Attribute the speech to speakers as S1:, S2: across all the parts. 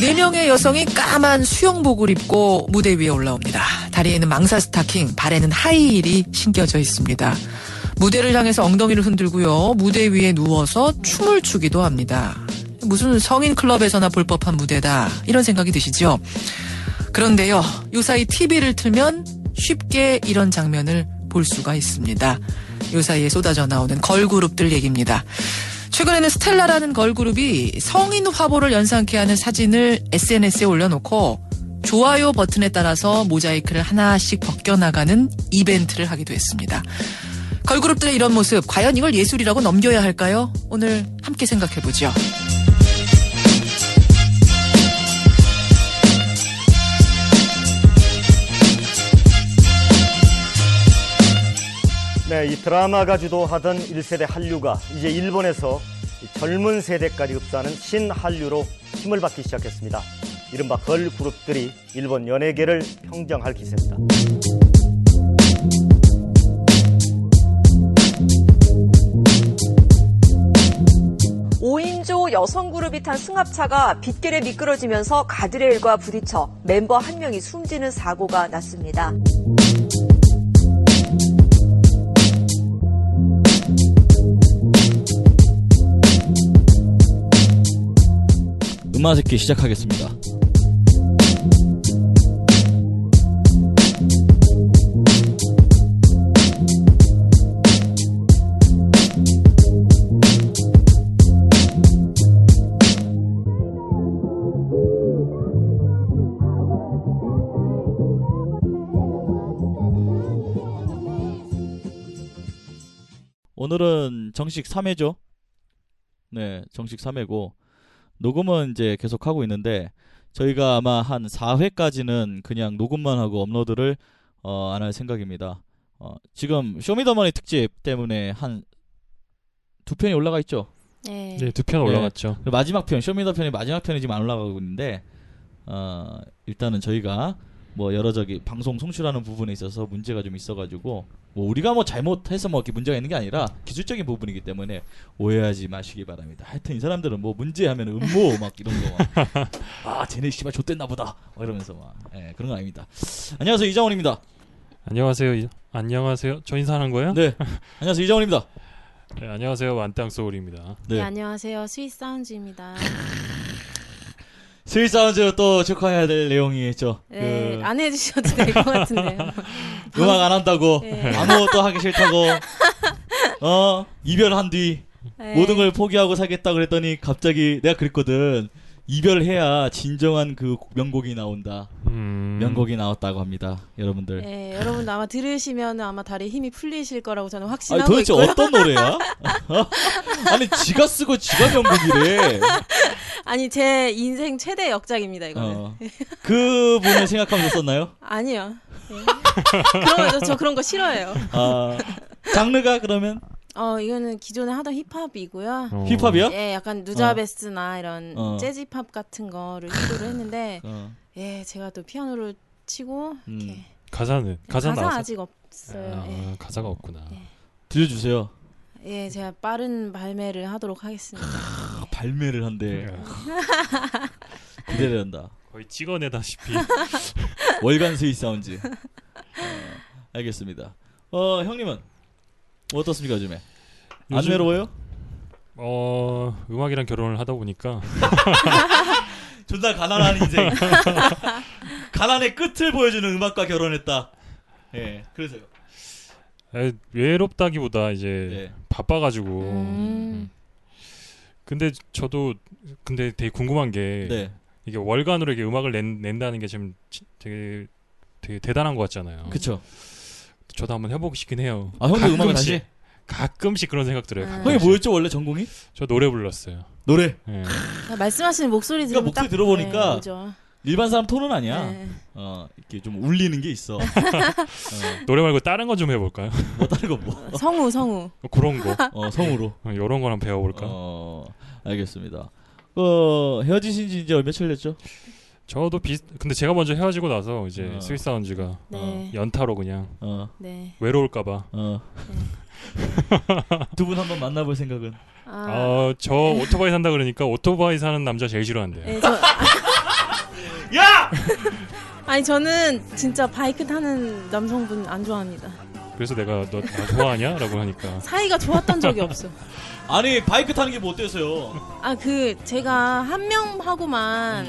S1: 네 명의 여성이 까만 수영복을 입고 무대 위에 올라옵니다. 다리에는 망사 스타킹, 발에는 하이힐이 신겨져 있습니다. 무대를 향해서 엉덩이를 흔들고요. 무대 위에 누워서 춤을 추기도 합니다. 무슨 성인 클럽에서나 볼 법한 무대다. 이런 생각이 드시죠? 그런데요. 요사이 TV를 틀면 쉽게 이런 장면을 볼 수가 있습니다. 요사이에 쏟아져 나오는 걸그룹들 얘기입니다. 최근에는 스텔라라는 걸그룹이 성인 화보를 연상케 하는 사진을 SNS에 올려놓고 좋아요 버튼에 따라서 모자이크를 하나씩 벗겨나가는 이벤트를 하기도 했습니다. 걸그룹들의 이런 모습, 과연 이걸 예술이라고 넘겨야 할까요? 오늘 함께 생각해보죠.
S2: 네, 이 드라마가 주도하던 1세대 한류가 이제 일본에서 이 젊은 세대까지 흡수하는 신한류로 힘을 받기 시작했습니다. 이른바 걸 그룹들이 일본 연예계를 평정할 기세입니다.
S3: 오인조 여성 그룹이 탄 승합차가 빗길에 미끄러지면서 가드레일과 부딪혀 멤버 한 명이 숨지는 사고가 났습니다.
S4: 음악 듣기 시작하겠습니다. 오늘은 정식 3회죠. 네, 정식 3회고 녹음은 이제 계속 하고 있는데 저희가 아마 한 4회까지는 그냥 녹음만 하고 업로드를 어, 안 할 생각입니다. 어, 지금 쇼미더머니 특집 때문에 한 두 편이 올라가 있죠.
S5: 네.
S6: 네, 두 편
S4: 네.
S6: 올라갔죠.
S4: 그리고 마지막 편 쇼미더 편이 마지막 편이 지금 안 올라가고 있는데 어, 일단은 저희가 뭐 여러 저기 방송 송출하는 부분에 있어서 문제가 좀 있어가지고 뭐 우리가 뭐 잘못해서 뭐 이렇게 문제가 있는 게 아니라 기술적인 부분이기 때문에 오해하지 마시기 바랍니다. 하여튼 이 사람들은 뭐 문제하면 음모 막 이런 거 막 아 쟤네 씨발 좆됐나 보다 막 이러면서 막 예, 그런 거 아닙니다. 안녕하세요 이장훈입니다.
S6: 안녕하세요. 이- 안녕하세요. 저 인사한 거예요?
S4: 네 안녕하세요 이장훈입니다.
S6: 네, 안녕하세요. 완땅 소울입니다.
S4: 네.
S5: 네, 안녕하세요. 스윗 사운즈입니다.
S4: 스윗 사운드 또 체크해야 될 내용이 있죠.
S5: 네,
S4: 그-
S5: 안 해주셔도 될 것 같은데요.
S4: 음악 안 한다고
S5: 네.
S4: 아무것도 하기 싫다고 어 이별한 뒤
S5: 네.
S4: 모든 걸 포기하고 살겠다 그랬더니 갑자기 내가 그랬거든 이별해야 진정한 그 명곡이 나온다
S6: 음.
S4: 명곡이 나왔다고 합니다 여러분들
S5: 네, 여러분 아마 들으시면 아마 다리에 힘이 풀리실 거라고 저는
S4: 아니
S5: 확신하고
S4: 도대체
S5: 예. 있고요.
S4: 어떤 노래야 아니 지가 쓰고 지가 명곡이래
S5: 아니 제 인생 최대 역작입니다 이거는.
S4: 어. 그 분을 생각하면서 썼나요
S5: 아니요. 네. 그런 저, 저 그런 거 싫어해요.
S4: 아 장르가 그러면
S5: 어 이거는 기존에 하던 힙합이고요.
S6: 어.
S4: 힙합이요
S5: 예, 약간 누자베스나 이런
S4: 어.
S5: 재즈팝 같은 거를 시도를 했는데
S4: 어. 음.
S5: 예, 제가 또 피아노를 치고 이렇게
S6: 가사는 가사
S5: 가사
S6: 나왔어.
S5: 아직 없어요.
S6: 아,
S5: 예.
S6: 가사가 없구나.
S4: 들려주세요
S5: 예, 제가 빠른 발매를 하도록 하겠습니다.
S4: 아,
S5: 예.
S4: 발매를
S6: 예.
S4: 한대 기대를 한다
S6: 거의 찍어내다시피.
S4: 월간 스윗 사운드. 어, 알겠습니다. 어 형님은 뭐 어떻습니까 요즘에? 안
S6: 요즘-
S4: 외로워요?
S6: 어, 음악이랑 결혼을 하다 보니까
S4: 존나 가난한 인생. 가난의 끝을 보여주는 음악과 결혼했다. 예, 그래서요.
S6: 에, 외롭다기보다 이제
S4: 예.
S6: 바빠가지고.
S5: 음.
S6: 근데 저도 근데 되게 궁금한 게
S4: 네.
S6: 이게 월간으로 이게 음악을 낸, 낸다는 게 지금 지- 되게 되게 대단한 것 같잖아요.
S4: 그쵸.
S6: 저도 한번 해보고 싶긴 해요.
S4: 아 형도 음악을
S6: 가끔씩,
S4: 다시.
S6: 가끔씩 그런 생각 들어요.
S5: 아.
S6: 가끔씩.
S4: 형이 뭐였죠 원래 전공이?
S6: 저 노래 불렀어요.
S4: 네. 노래.
S6: 예.
S5: 아, 말씀하시는 목소리
S4: 그러니까
S5: 들으면
S4: 목소리
S5: 딱
S4: 들어보니까
S5: 네, 그죠.
S4: 일반 사람 톤은 아니야.
S5: 네.
S4: 어 이렇게 좀 울리는 게 있어. 어,
S6: 노래 말고 다른 거 좀 해볼까요?
S4: 뭐 다른 거 뭐?
S5: 성우 성우
S6: 그런 거.
S4: 어 성으로.
S6: 이런 걸 한번 배워볼까?
S4: 어 알겠습니다. 어 헤어지신 지 이제 며칠 됐죠?
S6: 저도 비슷. 근데 제가 먼저 헤어지고 나서 이제
S4: 어.
S6: 스위스 사운즈가
S5: 네.
S6: 연타로 그냥
S4: 어
S5: 네.
S6: 외로울까봐.
S4: 어. 두 분 한번 만나볼 생각은.
S6: 아,
S5: 아,
S6: 저 오토바이 산다 그러니까 오토바이 사는 남자 제일 싫어한대요.
S5: 네, 저, 아니 저는 진짜 바이크 타는 남성분 안 좋아합니다.
S6: 그래서 내가 너 나 좋아하냐라고 하니까
S5: 사이가 좋았던 적이 없어.
S4: 아니 바이크 타는 게 뭐 어때서요?
S5: 아 그 제가 한 명 하고만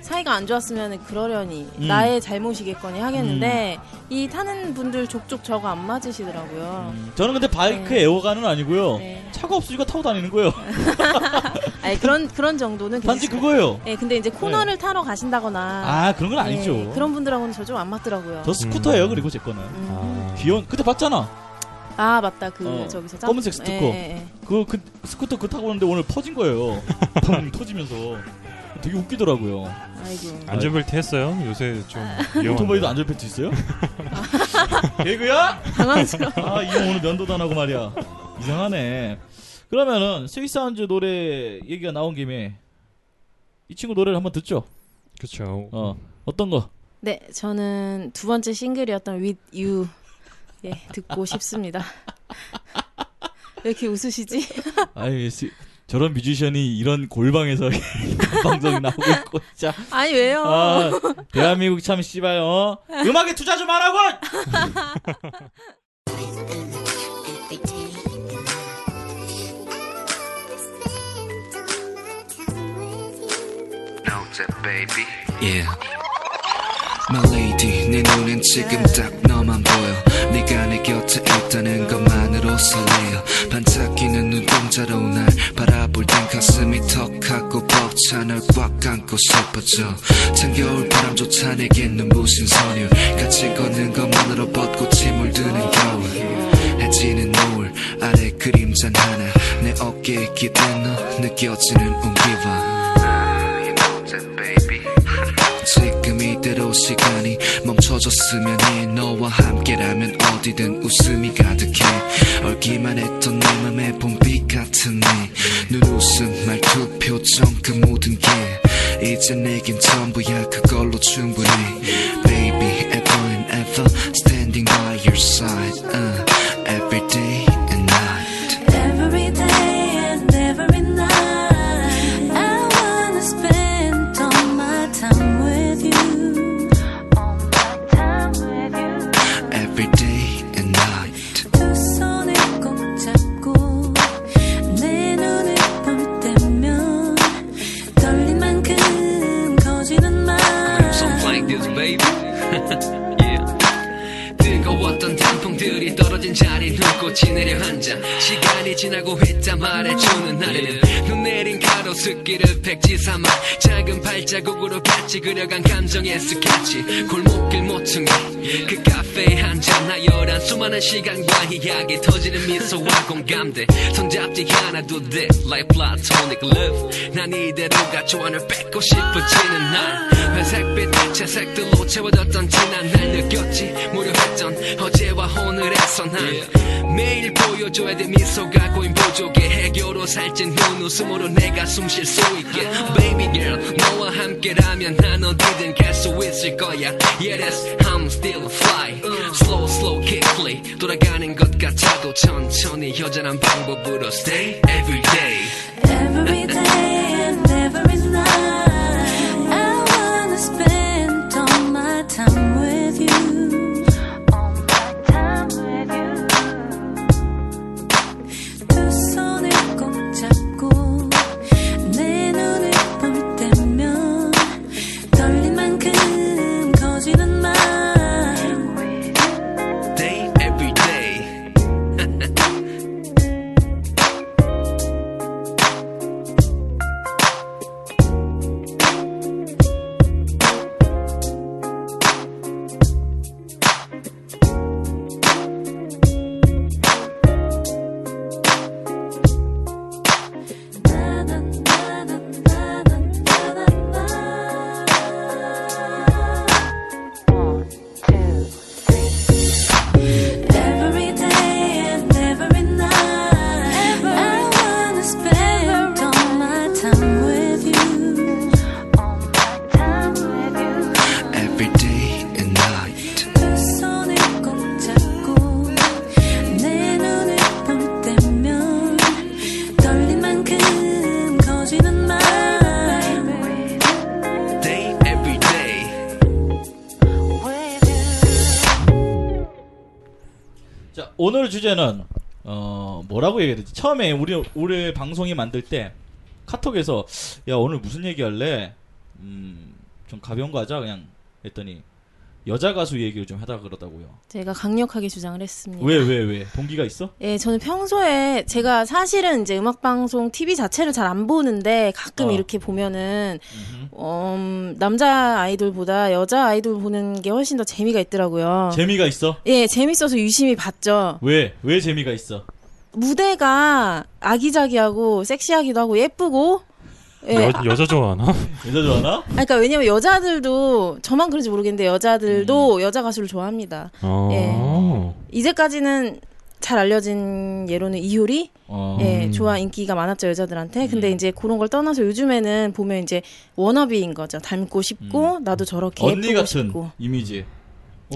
S5: 사이가 안 좋았으면 그러려니
S4: 음.
S5: 나의 잘못이겠거니 하겠는데 이 타는 분들 족족 저가 안 맞으시더라고요.
S4: 음. 저는 근데 바이크
S5: 네.
S4: 애호가는 아니고요.
S5: 네.
S4: 차가 없으니까 타고 다니는 거예요.
S5: 아니 그런 그런 정도는
S4: 단지
S5: 괜찮-
S4: 그거예요.
S5: 네, 근데 이제 코너를 타러 가신다거나
S4: 아 그런 건 아니죠.
S5: 네, 그런 분들하고는 저 좀 안 맞더라고요.
S4: 저 스쿠터예요.
S6: 음.
S4: 그리고 제 거는
S5: 음.
S6: 아,
S4: 귀여운. 그때 봤잖아.
S5: 아 맞다 그
S4: 어,
S5: 저기서 짬-
S4: 검은색 스티커.
S5: 예, 예, 예.
S4: 그, 그 스쿠터 그 타고 오는데 오늘 퍼진 거예요. 펑 터지면서 되게 웃기더라고요.
S5: 아이고
S6: 안전벨트 했어요? 요새 좀
S5: 아.
S6: 위험한데.
S4: 오토바이도 안전벨트 있어요? 개그야?
S5: 당황스러워.
S4: 아, 이거 오늘 면도도 안 하고 말이야. 이상하네. 그러면은 스위스 사운즈 노래 얘기가 나온 김에 이 친구 노래를 한번 듣죠.
S6: 그렇죠.
S4: 어. 어떤 거?
S5: 네 저는 두 번째 싱글이었던 With You 예 듣고 싶습니다. 왜 이렇게 웃으시지?
S4: 아이, 스- 저런 뮤지션이 이런 골방에서 방송이 나오고 있고 진짜.
S5: 아니 왜요?
S4: 아, 대한민국 참 씨발 어. 음악에 투자 좀 하라고.
S7: Yeah. My lady, 내 눈엔 지금 딱 너만 보여. 네가 내 곁에 있다는 것만으로 설레요. 반짝이는 눈동자로 날 바라볼 땐 가슴이 턱하고 벅차 널 꽉 안고 싶어져. 찬겨울 바람조차 내겐 눈부신 선율. 같이 걷는 것만으로 벚꽃이 물드는 겨울. 해지는 노을 아래 그림자 하나 내 어깨에 기댄 너 느껴지는 온기와. 지금 이대로 시간이 멈춰졌으면 해 너와 함께라면 어디든 웃음이 가득해 얼기만 했던 내 맘에 봄비 같은 네 눈웃음 말투 표정 그 모든 게 이제 내겐 전부야 그걸로 충분해 Baby ever and ever standing by your side uh, Every day and night
S8: Every day and every night, I wanna spend all my time with you. All my time with you.
S7: Every day and night
S8: 두 손을 꼭 잡고 내 눈을 볼 때면 떨린 만큼 거지는 마.
S7: 뜨거웠던 단풍들이 떨어진 자리 눈꽃이 내려앉아 시간이 지나고 했다 말해주는 나를 눈 내린 가로수길을 백지 삼아 작은 발자국으로 같이 그려간 감정의 스케치 골목길 모퉁이 그 카페에 한잔 나열한 수많은 시간과 이야기 터지는 미소와 공감대 손잡지 하나도 돼 like platonic love 난 이대로가 조안을 뺏고 싶어지는 날 회색빛 채색들로 채워졌던 지난 날 느꼈지 무료했던 어제와 오늘에서 난 매일 보여줘야 돼 미소가 고인 보조개 해교로 살찐 눈웃음으로 내가 숨 쉴 수 있게 Baby girl 너와 함께라면 난 어디든 갈 수 있을 거야 Yeah that's I'm still fly Slow slow quickly 돌아가는 것 같아도 천천히 여전한 방법으로 Stay every day
S8: Every day and every night, I wanna spend all my time with you. All my time with you. 두 손을 꼭 잡고 내 눈을 볼 때면 떨린 만큼 거지는 마.
S7: Day every day
S8: 두
S4: 오늘 주제는 어 뭐라고 얘기해야 되지? 처음에 우리 우리 방송이 만들 때 카톡에서 야 오늘 무슨 얘기할래? 음좀 가벼운 거 하자 그냥 했더니 여자 가수 얘기를 좀 하다 그러다고요.
S5: 제가 강력하게 주장을 했습니다.
S4: 왜 왜, 왜? 동기가 있어?
S5: 예, 저는 평소에 제가 사실은 이제 음악 방송 TV 자체를 잘 안 보는데 가끔
S4: 어.
S5: 이렇게 보면은 어, 음, 남자 아이돌보다 여자 아이돌 보는 게 훨씬 더 재미가 있더라고요.
S4: 재미가 있어?
S5: 예, 재밌어서 유심히 봤죠.
S4: 왜? 왜 재미가 있어?
S5: 무대가 아기자기하고 섹시하기도 하고 예쁘고 예.
S6: 여, 여자 좋아하나?
S4: 여자 좋아하나?
S5: 아, 그러니까 왜냐면 여자들도 저만 그런지 모르겠는데 여자들도
S4: 음.
S5: 여자 가수를 좋아합니다.
S6: 어.
S5: 이제까지는 잘 알려진 예로는 이효리
S4: 어.
S5: 예, 좋아 인기가 많았죠 여자들한테. 근데
S4: 음.
S5: 이제 그런 걸 떠나서 요즘에는 보면 이제 워너비인 거죠. 닮고 싶고 나도 저렇게
S4: 음. 언니
S5: 예쁘고
S4: 같은
S5: 싶고
S4: 이미지.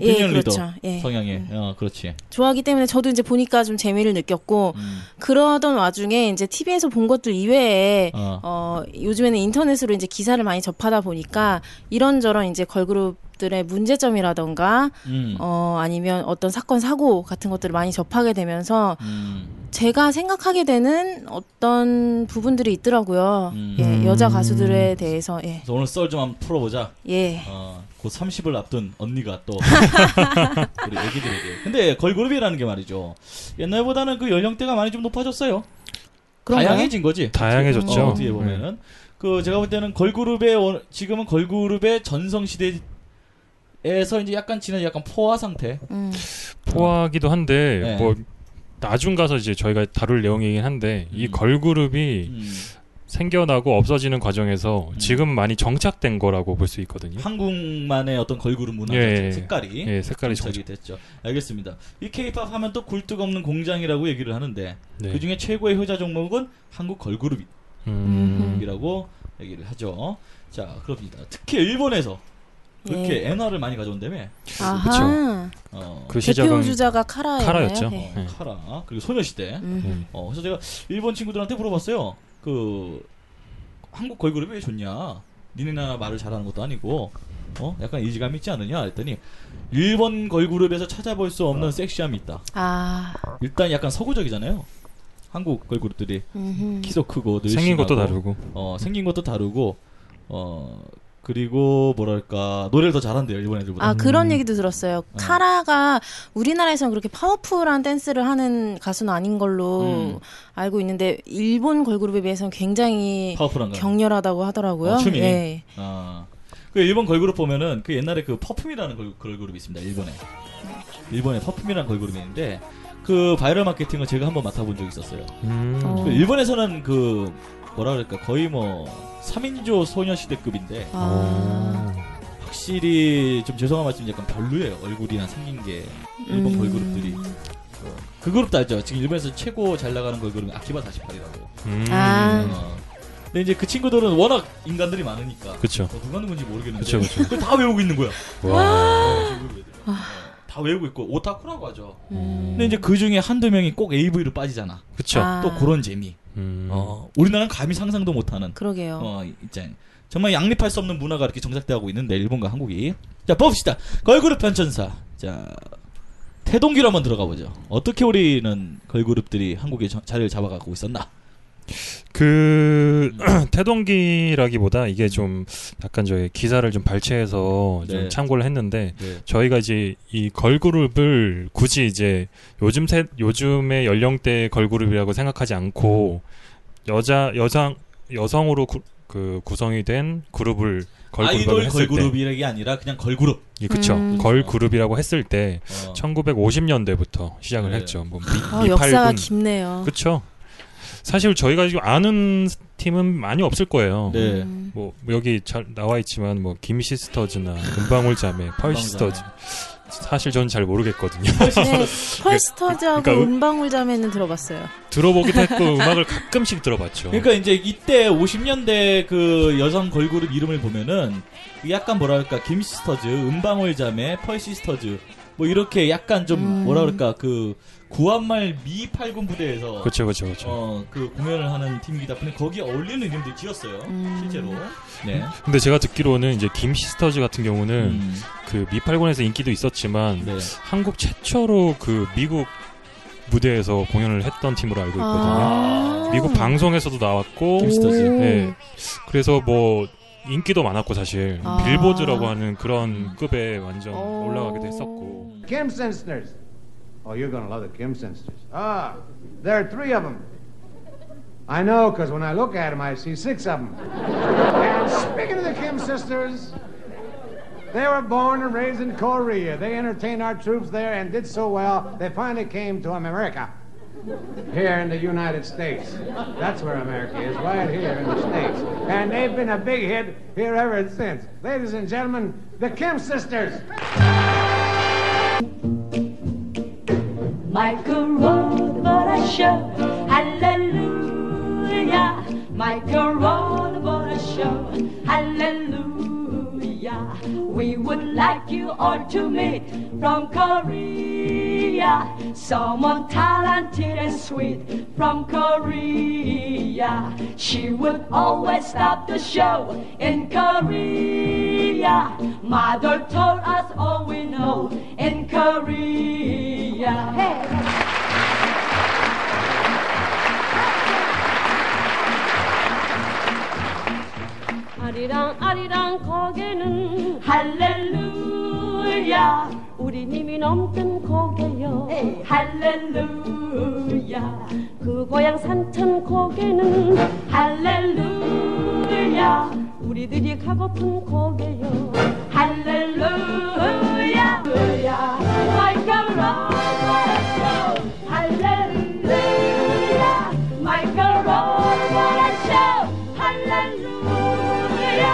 S5: 예,
S4: 오피니언 리더
S5: 그렇죠. 예.
S4: 성향에. 어, 그렇지. 음.
S5: 좋아하기 때문에 저도 이제 보니까 좀 재미를 느꼈고 그러던 와중에 이제 TV에서 본 것들 이외에
S4: 어.
S5: 어. 요즘에는 인터넷으로 이제 기사를 많이 접하다 보니까 이런저런 이제 걸그룹들의 문제점이라던가
S4: 음.
S5: 어 아니면 어떤 사건 사고 같은 것들을 많이 접하게 되면서
S4: 음.
S5: 제가 생각하게 되는 어떤 부분들이 있더라고요.
S4: 음.
S5: 예, 여자 가수들에 대해서 예.
S4: 그래서 오늘 썰 좀 한번 풀어보자.
S5: 예.
S4: 어, 곧 30을 앞둔 언니가 또 우리 애기들에게. 근데 걸그룹이라는 게 말이죠. 옛날보다는 그 연령대가 많이 좀 높아졌어요.
S5: 그런가요?
S4: 다양해진 거지.
S6: 다양해졌죠. 네.
S4: 어, 어떻게 보면은 그 제가 볼 때는 걸그룹의 원- 지금은 걸그룹의 전성 시대에서 이제 약간 지난 약간 포화 상태.
S5: 음.
S6: 포화기도 한데
S4: 네.
S6: 뭐 나중 가서 이제 저희가 다룰 내용이긴 한데 이
S4: 음.
S6: 걸그룹이
S4: 음.
S6: 생겨나고 없어지는 과정에서
S4: 음.
S6: 지금 많이 정착된 거라고 볼 수 있거든요.
S4: 한국만의 어떤 걸그룹 문화
S6: 예, 예.
S4: 색깔이
S6: 예, 색깔이 정착.
S4: 정착이 됐죠. 알겠습니다. 이 케이팝 하면 또 굴뚝 없는 공장이라고 얘기를 하는데
S6: 네.
S4: 그 중에 최고의 효자 종목은 한국 걸그룹이라고
S6: 음.
S4: 얘기를 하죠. 자, 그렇습니다. 특히 일본에서 그렇게 엔화를 많이 가져온다며.
S5: 아하.
S4: 어,
S6: 그
S5: 대표
S6: 시작은
S5: 주자가 카라예요.
S6: 카라였죠.
S4: 어,
S6: 네.
S4: 카라 그리고 소녀시대.
S6: 음.
S4: 어, 그래서 제가 일본 친구들한테 물어봤어요. 그 한국 걸그룹이 왜 좋냐? 니네 나라 말을 잘하는 것도 아니고 어 약간 이지감 있지 않느냐? 했더니 일본 걸그룹에서 찾아볼 수 없는 섹시함이 있다.
S5: 아.
S4: 일단 약간 서구적이잖아요. 한국 걸그룹들이
S5: 음흠.
S4: 키도 크고 늘씬하고
S6: 생긴 것도 다르고.
S4: 어 생긴 것도 다르고 어 그리고 뭐랄까 노래를 더 잘한대요 일본 애들보다.
S5: 아 그런 얘기도 들었어요.
S4: 어.
S5: 카라가 우리나라에서는 그렇게 파워풀한 댄스를 하는 가수는 아닌 걸로
S4: 음.
S5: 알고 있는데 일본 걸그룹에 비해서는 굉장히
S4: 음, 파워풀한 거.
S5: 격렬하다고 하더라고요.
S4: 어, 춤이.
S5: 예.
S4: 아. 그 일본 걸그룹 보면은 그 옛날에 그 퍼퓸이라는 걸, 걸그룹이 있습니다. 일본에. 일본에 퍼퓸이라는 걸그룹이 있는데 그 바이럴 마케팅을 제가 한번 맡아본 적이 있었어요.
S6: 음.
S5: 어.
S4: 그 일본에서는 그 뭐라 그럴까 거의 뭐 3인조 소녀시대급인데
S5: 아.
S4: 확실히 좀 죄송한 말씀 약간 별로예요. 얼굴이나 생긴 게 일본
S5: 음.
S4: 걸그룹들이. 어, 그 그룹도 알죠? 지금 일본에서 최고 잘 나가는 걸그룹이 아키바 48이라고.
S6: 음.
S5: 아.
S4: 어. 근데 이제 그 친구들은 워낙 인간들이 많으니까
S6: 그쵸.
S4: 어, 누가 누군지 모르겠는데
S6: 그쵸, 아. 그쵸.
S4: 그걸 다 외우고 있는 거야. 그
S6: 와.
S4: 어, 다 외우고 있고 오타쿠라고 하죠.
S5: 음.
S4: 근데 이제 그 중에 한두 명이 꼭 AV로 빠지잖아.
S6: 그쵸.
S5: 아.
S4: 또 그런 재미.
S6: 음.
S4: 어, 우리나라는 감히 상상도 못하는.
S5: 그러게요. 음.
S4: 어, 있잖아. 정말 양립할 수 없는 문화가 이렇게 정착되고 있는데 일본과 한국이. 자, 봅시다. 걸그룹 편천사. 자, 태동기로 한번 들어가 보죠. 어떻게 우리는 걸그룹들이 한국에 저- 자리를 잡아가고 있었나?
S6: 그 태동기라기보다 이게 좀 약간 저희 기사를 좀 발췌해서
S4: 네.
S6: 좀 참고를 했는데
S4: 네.
S6: 저희가 이제 이 걸그룹을 굳이 이제 요즘 세, 요즘의 연령대 걸그룹이라고 생각하지 않고 여자 여성 여성으로 구, 그 구성이 된 그룹을 걸그룹이라고
S4: 아이돌
S6: 했을 때,
S4: 걸그룹이라는 게 아니라 그냥 걸그룹.
S6: 이 그쵸
S5: 음.
S6: 걸그룹이라고 했을 때
S4: 어.
S6: 1950년대부터 시작을
S4: 네.
S6: 했죠. 뭐 미,
S5: 아,
S6: 미팔군.
S5: 역사가 깊네요. 어.
S6: 그쵸. 사실 저희가 지금 아는 팀은 많이 없을 거예요.
S4: 네.
S5: 음.
S6: 뭐 여기 잘 나와 있지만 뭐 김시스터즈나 금방울 자매, 펄시스터즈 사실 저는 잘 모르겠거든요.
S5: 네, 펄스터즈하고
S6: 그러니까 음-
S5: 은방울 자매는 들어봤어요.
S6: 들어보기도 했고 음악을 가끔씩 들어봤죠.
S4: 그러니까 이제 이때 50년대 그 여성 걸그룹 이름을 보면은 약간 뭐랄까 김시스터즈, 은방울자매, 펄시스터즈 뭐 이렇게 약간 좀
S5: 음.
S4: 뭐라 그럴까 그 구한말 미팔군 부대에서
S6: 그렇죠, 그렇죠, 그렇죠.
S4: 어 그 공연을 하는 팀이다 보니 거기에 어울리는 이름들 지었어요
S5: 음.
S4: 실제로 네
S6: 근데 제가 듣기로는 이제 김시스터즈 같은 경우는
S4: 음.
S6: 그 미팔군에서 인기도 있었지만
S4: 네.
S6: 한국 최초로 그 미국 무대에서 공연을 했던 팀으로 알고 있거든요.
S5: 아.
S6: 미국 방송에서도 나왔고
S4: 힙스터즈.
S5: 오.
S6: 예. 그래서 뭐 인기도 많았고 사실
S5: 아.
S6: 빌보드라고 하는
S4: 음.
S6: 그런 급에 완전
S4: 어.
S5: 오.
S6: 올라가기도 했었고
S9: Kim Sensters. Oh, you're gonna love the Kim Sensters. Ah, there are three of them. I know, because when I look at them, I see six of them. And speaking of the Kim Sisters, they were born and raised in Korea. They entertained our troops there and did so well, they finally came to America. Here in the United States. That's where America is, right here in the States. And they've been a big hit here ever since. Ladies and gentlemen, the Kim Sisters.
S8: My corona show, hallelujah. My corona show, hallelujah. We would like you all to meet from Korea. Someone talented and sweet from Korea. She would always stop the show in Korea. Mother told us all we know in Korea. Hey. 아리랑 아리랑 거기는 할렐루야 우리님이 넘든 거기요 할렐루야 그 고향 산천 거기는 할렐루야 우리들이 가고픈 거기요 할렐루야 루야 My God, what a show 할렐루야 My God, what a show 할렐루야